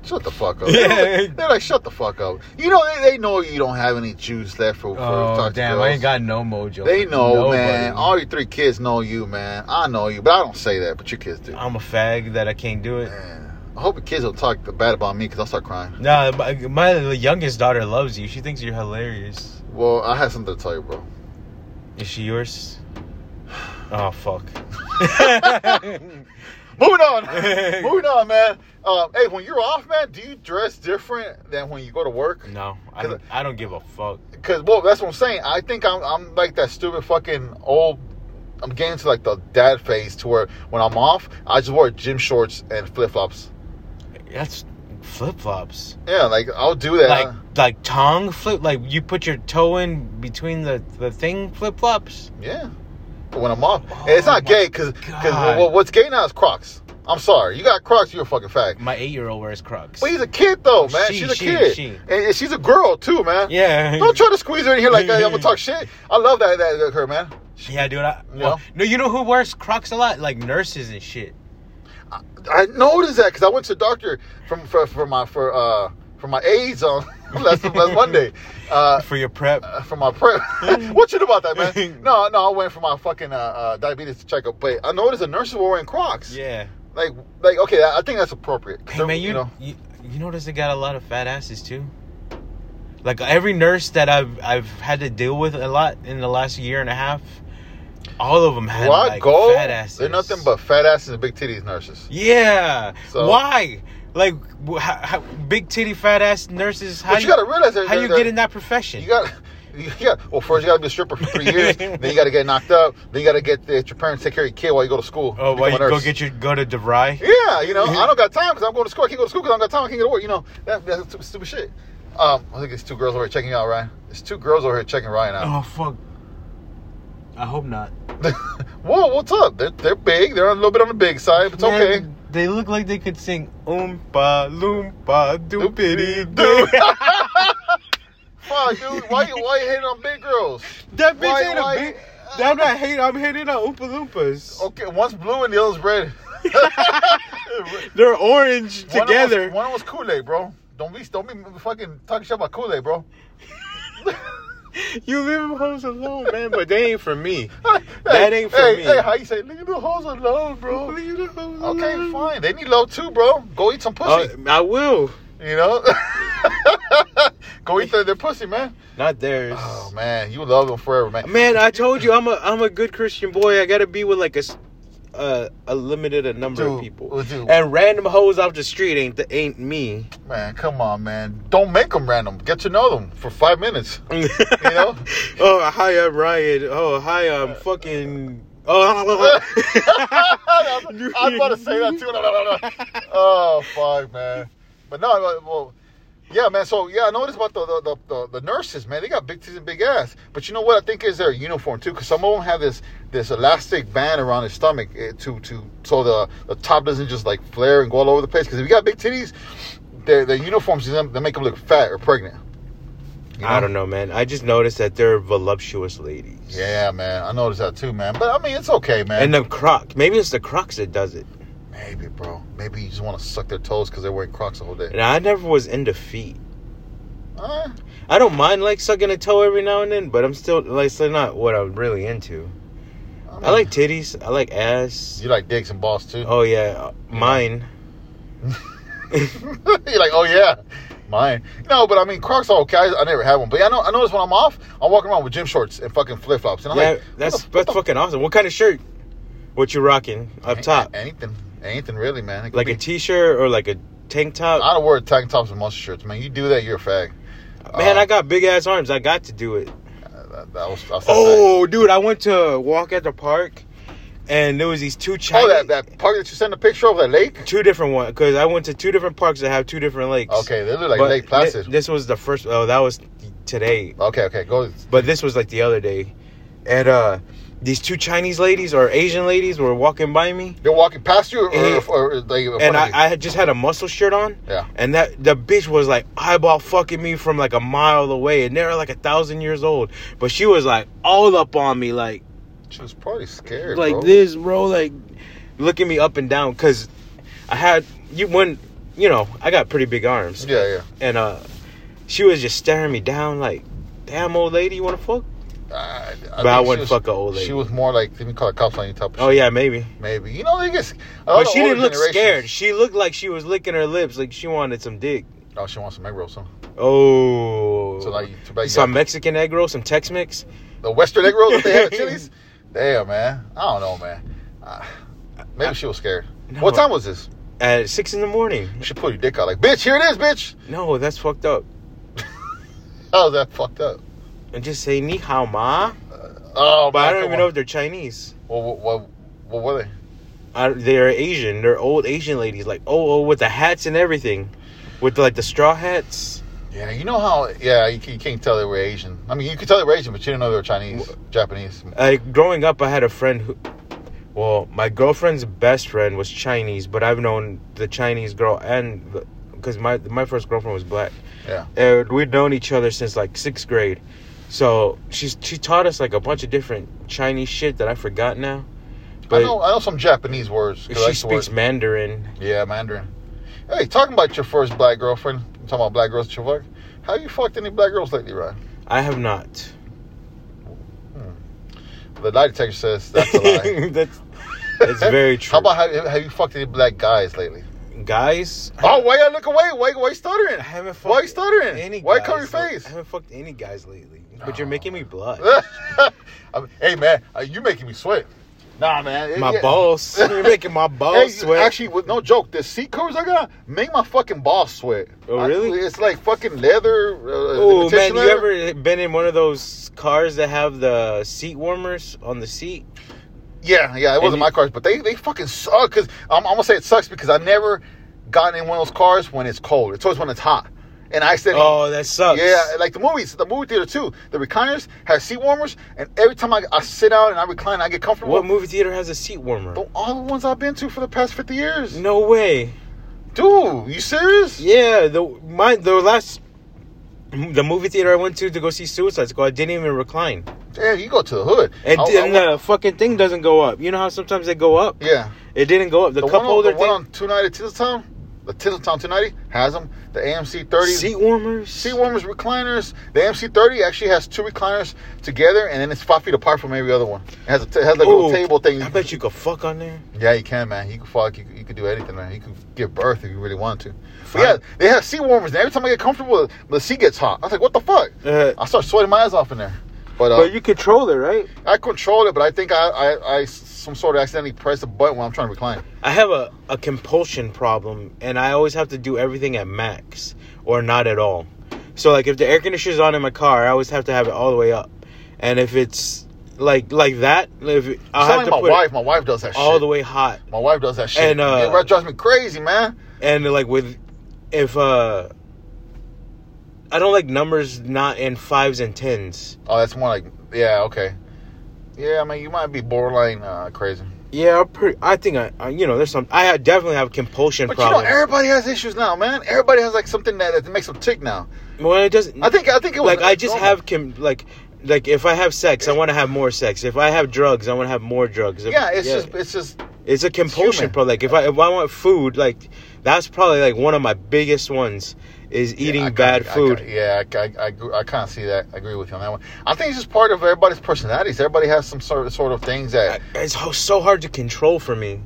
B: Shut the fuck up.
A: Yeah.
B: They're, like, they're like, shut the fuck up. You know they, they know you don't have any juice left for, for
A: Oh,
B: talk to
A: damn!
B: girls.
A: I ain't got no mojo.
B: They
A: for
B: know,
A: nobody.
B: man. All your three kids know you, man. I know you, but I don't say that. But your kids do.
A: I'm a fag that I can't do it.
B: Man, I hope your kids don't talk bad about me because I'll start crying.
A: Nah, my, my youngest daughter loves you. She thinks you're hilarious.
B: Well, I had something to tell you, bro.
A: Is she yours? Oh fuck.
B: Moving on. Moving on, man. Um, hey, when you're off, man, do you dress different than when you go to work?
A: no, I don't, I don't give a fuck.
B: Because, well, that's what I'm saying. I think I'm, I'm like that stupid fucking old. I'm getting to like the dad phase to where when I'm off, I just wear gym shorts and flip flops.
A: That's flip flops.
B: Yeah, like I'll do that.
A: Like like tongue flip. Like you put your toe in between the the thing flip flops.
B: yeah. But when I'm off, and it's
A: Oh
B: not
A: my
B: gay because
A: God.
B: well, what's gay now is Crocs. I'm sorry, you got Crocs, you're a fucking fag.
A: My eight year old wears Crocs.
B: But he's a kid though, man.
A: She,
B: she's a
A: she,
B: kid,
A: she.
B: And, and she's a girl too, man.
A: yeah.
B: Don't try to squeeze her in here like that. I'm gonna talk shit. I love that that, that her man.
A: Yeah, dude. I,
B: No.
A: well, no, you know who wears Crocs a lot? Like nurses and shit.
B: I noticed that because I went to the doctor from for, for my for uh for my AIDS on last last Monday. Uh,
A: For your prep.
B: for my prep. what you know about that, man? No, no, I went for my fucking uh, uh, diabetes checkup. But I noticed the nurses were wearing Crocs.
A: yeah.
B: Like, like okay, I I think that's appropriate.
A: Hey man, you you, you notice they got a lot of fat asses too. Like every nurse that I've I've had to deal with a lot in the last year and a half, all of them had
B: why
A: like
B: go?
A: fat asses.
B: They're nothing but fat asses and big titties nurses.
A: yeah.
B: So-
A: Why? Like wh- how, how, big titty fat ass nurses. How
B: But you gotta realize that
A: how you
B: that-
A: get in that profession?
B: You got. Yeah. Well, first you gotta be a stripper for three years. then you gotta get knocked up. Then you gotta get that your parents take care of your kid while you go to school.
A: oh,
B: to
A: why you
B: become a
A: go
B: nurse.
A: get your go to DeVry?
B: Yeah, you know, I don't got time because I'm going to school. I can't go to school because I don't got time. I can't get to work. You know, that, that's stupid, stupid shit. Um, I think it's two girls over here checking you out, Ryan. It's two girls over here checking Ryan out.
A: Oh fuck. I hope not.
B: Whoa, what's up? They're, they're big. They're a little bit on the big side, but it's
A: Man,
B: okay.
A: They look like they could sing Oompa Loompa Doopity Doo.
B: Dude. Fuck, dude. Why, you- why you hating on big girls?
A: That bitch
B: Why-
A: ain't a
B: why- Oh.
A: bitch. I'm not hating. I'm hating on Oompa Loompas.
B: Okay, one's blue and the other's red.
A: They're orange together.
B: One was, Kool Aid, bro. Don't be, don't be fucking talking shit about Kool Aid, bro.
A: You leave them hoes alone, man. But they ain't for me. That ain't for
B: hey,
A: me.
B: Hey, how you say? Leave the hoes alone, bro.
A: Leave the hoes
B: Okay,
A: alone.
B: fine. They need love too, bro. Go eat some
A: Uh,
B: pussy.
A: I will.
B: you know, go eat their, their pussy, man.
A: Not theirs.
B: Oh man, you love them forever, man.
A: Man, I told you I'm a I'm a good Christian boy. I gotta be with like a s- a, a limited a number
B: Dude,
A: of people.
B: well, dude.
A: And random hoes off the street ain't the, ain't me.
B: man, come on, man. Don't make them random. Get to know them for five minutes. You know.
A: oh hi, I'm Ryan. Oh hi, I'm fucking. Oh,
B: I was about to say that too. No, no, no, no. Oh fuck, man. But no, no, well, yeah, man. So yeah, I noticed about the the, the, the the nurses, man. They got big titties and big ass. But you know what? I think is their uniform too, because some of them have this this elastic band around their stomach eh, to to so the the top doesn't just like flare and go all over the place. Because if you got big titties, their their uniforms they they make them look fat or pregnant. You
A: I don't know, man. I just noticed that they're voluptuous ladies.
B: Yeah, man. I noticed that too, man. But I mean, it's okay, man.
A: And the Crocs. Maybe it's the Crocs that does it.
B: Maybe, bro. Maybe you just want to suck their toes because they're wearing Crocs the whole day.
A: And I never was into feet.
B: Uh,
A: I don't mind like sucking a toe every now and then, but I'm still like still not what I'm really into. I like titties. I like ass.
B: You like dicks and balls too.
A: Oh yeah, mine.
B: You're like, oh yeah, mine. No, but I mean, Crocs are okay. I, I never had one, but I know. I notice when I'm off, I'm walking around with gym shorts and fucking flip flops, and I'm
A: yeah,
B: like, what
A: that's
B: the- what
A: that's
B: the-
A: fucking awesome. What kind of shirt? What you rocking up top?
B: A- anything, anything really, man. It could
A: Like
B: be,
A: a t-shirt or like a tank top?
B: I don't wear tank tops and muscle shirts, man. You do that, you're a fag.
A: Man,
B: uh,
A: I got big ass arms. I got to do it.
B: Uh, That, that was, I said that.
A: Oh, dude, I went to walk at the park, and there was these two Chinese,
B: oh, that that park that you sent a picture of that lake.
A: two different ones. Because I went to two different parks that have two different lakes.
B: Okay, they look like
A: But
B: Lake
A: thi-
B: Placid.
A: this was the first. Oh, that was today.
B: okay, okay, go.
A: But this was like the other day, and uh, these two Chinese ladies or Asian ladies were walking by me,
B: They're walking past you, or,
A: And-
B: or, they in
A: and
B: front of you?
A: I, I had just had a muscle shirt on.
B: Yeah.
A: And that the bitch was like eyeball fucking me from like a mile away, and they're like a thousand years old. But she was like all up on me, like
B: she was probably scared,
A: like
B: bro.
A: this, bro. Like looking me up and down because I had you when you know I got pretty big arms,
B: Yeah, yeah.
A: and uh, she was just staring me down like, "Damn old lady, you want to fuck?"
B: I,
A: But I
B: think she
A: wouldn't
B: was-
A: fuck a old lady.
B: She was more like, let me call the cops on you type of
A: Oh
B: shit.
A: yeah, maybe.
B: Maybe. You know, they get. a lot
A: But
B: of
A: she
B: older
A: didn't look
B: generations-
A: scared. She looked like she was licking her lips, like she wanted some dick.
B: Oh, she wants some egg rolls, huh?
A: Oh.
B: So like, too bad you
A: some
B: got
A: Mexican egg roll, some Tex Mex.
B: the Western egg rolls that they have at Chili's. Damn, man. I don't know, man. Uh, maybe she was scared.
A: No.
B: What time was this?
A: At six in the morning.
B: She pulled your dick out like, bitch. Here it is, bitch.
A: No, that's fucked up.
B: How is that fucked up?
A: And just say ni hao ma.
B: Oh,
A: But I
B: man,
A: don't
B: come
A: even
B: on.
A: know if they're Chinese.
B: Well, what, what, what were they?
A: I, they're Asian. They're old Asian ladies, like oh, oh, with the hats and everything, with like the straw hats.
B: Yeah, you know how? Yeah, you, can, you can't tell they were Asian. I mean, you could tell they were Asian, but you didn't know they were Chinese, Japanese.
A: Like growing up, I had a friend who, well, my girlfriend's best friend was Chinese, but I've known the Chinese girl and because my my first girlfriend was black.
B: Yeah.
A: and we'd known each other since like sixth grade. So she's she taught us like a bunch of different Chinese shit that I forgot now.
B: I
A: But
B: know, I know some Japanese words. 'cause I
A: she
B: used to work-
A: speaks Mandarin.
B: Yeah, Mandarin. Hey, talking about your first black girlfriend. I'm talking about black girls that you fuck. Have you fucked any black girls lately, Ryan?
A: I have not.
B: The lie detector says that's a lie.
A: that's that's very true.
B: How about have, have you fucked any black guys lately?
A: guys?
B: Oh, why you look away? Why, why you stuttering?
A: I haven't fucked
B: Why you stuttering? why you cover your
A: guys la-
B: face?
A: I haven't fucked any guys lately. But you're making me blush.
B: I mean, hey, man, uh, you making me sweat. Nah, man.
A: My
B: yeah.
A: balls. You're making my
B: Hey,
A: balls sweat.
B: actually, with no joke, the seat covers I got make my fucking balls sweat.
A: Oh, really?
B: I- it's like fucking leather. Uh,
A: oh man,
B: imitation
A: you
B: leather.
A: ever been in one of those cars that have the seat warmers on the seat?
B: Yeah, yeah, it
A: you-
B: wasn't my cars, but they they fucking suck. Cause I'm, I'm gonna say it sucks because I never gotten in one of those cars when it's cold. It's always when it's hot, and I accidentally.
A: Oh, that sucks.
B: Yeah, like the movies, the movie theater too. The recliners have seat warmers, and every time I, I sit down and I recline, I get comfortable.
A: What movie theater has a seat warmer?
B: The- all the ones I've been to for the past fifty years,
A: No way.
B: dude. You serious?
A: Yeah, the my the last the movie theater I went to to go see Suicide Squad didn't even recline,
B: Damn, you go to the hood.
A: and, uh,
B: I- I
A: and
B: went-
A: the fucking thing doesn't go up. You know how sometimes they go up?
B: Oh, yeah,
A: It didn't go up. The,
B: the
A: cup
B: one on,
A: holder
B: the one
A: thing,
B: on two ninety Tinseltown, the Tinseltown two ninety has them. The AMC thirty
A: seat warmers.
B: seat warmers, recliners. The MC30 actually has two recliners together, and then it's five feet apart from every other one. It has a, t- it has like a little
A: Ooh,
B: table thing.
A: I bet you could fuck on there.
B: Yeah, you can, man. You can fuck. You, you can do anything, man. You can give birth if you really want to. But
A: Fine.
B: yeah, they have seat warmers, and every time I get comfortable, the seat gets hot. I was like, what the fuck?
A: Uh,
B: I start sweating my ass off in there. But, uh,
A: but you control it, right?
B: I control it, but I think I, I, I s- some sort of accidentally pressed the button when I'm trying to recline.
A: I have a, a compulsion problem, and I always have to do everything at max or not at all. So, like, if the air conditioner's on in my car, I always have to have it all the way up. And if it's like like that, if I
B: It's not
A: have
B: like
A: to
B: my
A: put
B: wife.
A: it
B: My wife does that
A: all
B: shit.
A: the way hot,
B: my wife does that shit.
A: And, uh,
B: it drives me crazy, man.
A: and like with if uh, I don't like numbers not in fives and tens.
B: Oh, that's more like yeah, okay. Yeah, I mean you might be borderline uh, crazy,
A: Yeah, I'm pretty, I think I, I you know there's some I definitely have compulsion
B: but
A: problems.
B: you know everybody has issues now, man. Everybody has like something that, that makes them tick now.
A: well, it doesn't.
B: I think I think it was
A: like I just
B: normal.
A: have com- like like if I have sex, I want to have more sex. If I have drugs, I want to have more drugs. If-
B: yeah, it's just it's just
A: it's a compulsion
B: human.
A: problem. Like if I if I want food, like that's probably like one of my biggest ones is eating
B: I kinda-
A: bad
B: I kinda-
A: food.
B: yeah, I, I, I, gr- I kind of see that. I agree with you on that one. I think it's just part of everybody's personalities. Everybody has some sort of, sort of things that
A: it's ho- so hard to control for me.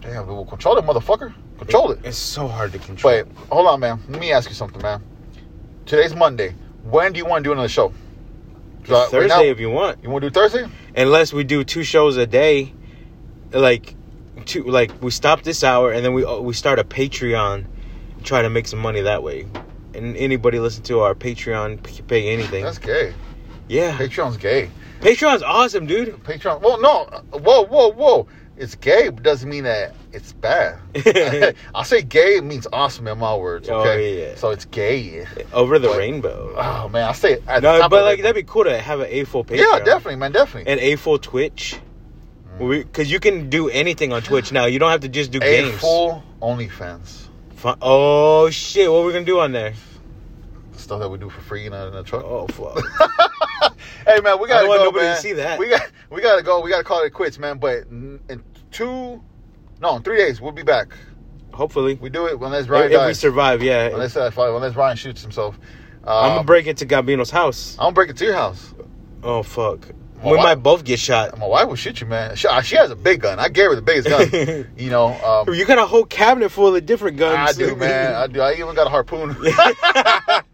B: damn, we will control it, motherfucker, control it.
A: It's so hard to control.
B: But hold on, man. Let me ask you something, man. Today's Monday. When do you want to do another show? So, right
A: Thursday
B: now-
A: if you want,
B: you want to do Thursday?
A: unless we do two shows a day, like two like we stop this hour and then we uh, we start a Patreon, try to make some money that way. And anybody listen to our Patreon p- pay anything.
B: That's gay.
A: Yeah.
B: Patreon's gay.
A: Patreon's awesome, dude.
B: Patreon. Well, no. Whoa, whoa, whoa. It's gay but doesn't mean that it's bad. I say gay means awesome in my words.
A: Oh,
B: Okay.
A: yeah.
B: So it's gay.
A: Over the
B: What?
A: rainbow.
B: Oh man, I say it at the
A: No,
B: top
A: but
B: of
A: like
B: it.
A: that'd be cool to have an A4 Patreon.
B: Yeah, definitely, man, definitely.
A: An A4 Twitch. We Because you can do anything on Twitch now. You don't have to just do
B: A
A: games.
B: full OnlyFans
A: Fu- oh, shit. What are we going to do on there?
B: stuff that we do for free in a, in a truck.
A: Oh, fuck.
B: Hey man, we gotta
A: don't want
B: go,
A: nobody to
B: man.
A: see that.
B: We got we gotta go. We gotta call it quits, man. But in in two, no, in three days we'll be back.
A: Hopefully.
B: We do it unless
A: If-
B: Ryan
A: if, we
B: dies.
A: survive, yeah.
B: unless uh, unless Ryan shoots himself. Uh,
A: I'm going to break into Gambino's house.
B: I'm gonna break it to your house.
A: Oh, fuck. we
B: wife-
A: might both get shot.
B: My wife will shoot you, man. She, uh, she has a big gun. I gave her the biggest gun. you know, um,
A: You got a whole cabinet full of different
B: I
A: guns.
B: do, man. I do. I even got a harpoon.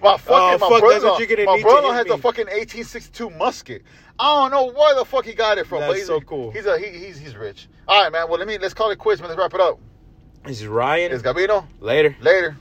B: My fucking
A: Oh,
B: my
A: fuck, that's
B: brother,
A: what you're gonna
B: my
A: need to
B: brother
A: hit
B: has
A: me.
B: a fucking 1862 musket. I don't know where the fuck he got it from. but
A: That's
B: he's,
A: so cool.
B: He's a he, he's he's rich. All right, man. Well, let me let's call it quits, man. Let's wrap it up.
A: It's Ryan.
B: It's Gabino.
A: Later.
B: Later.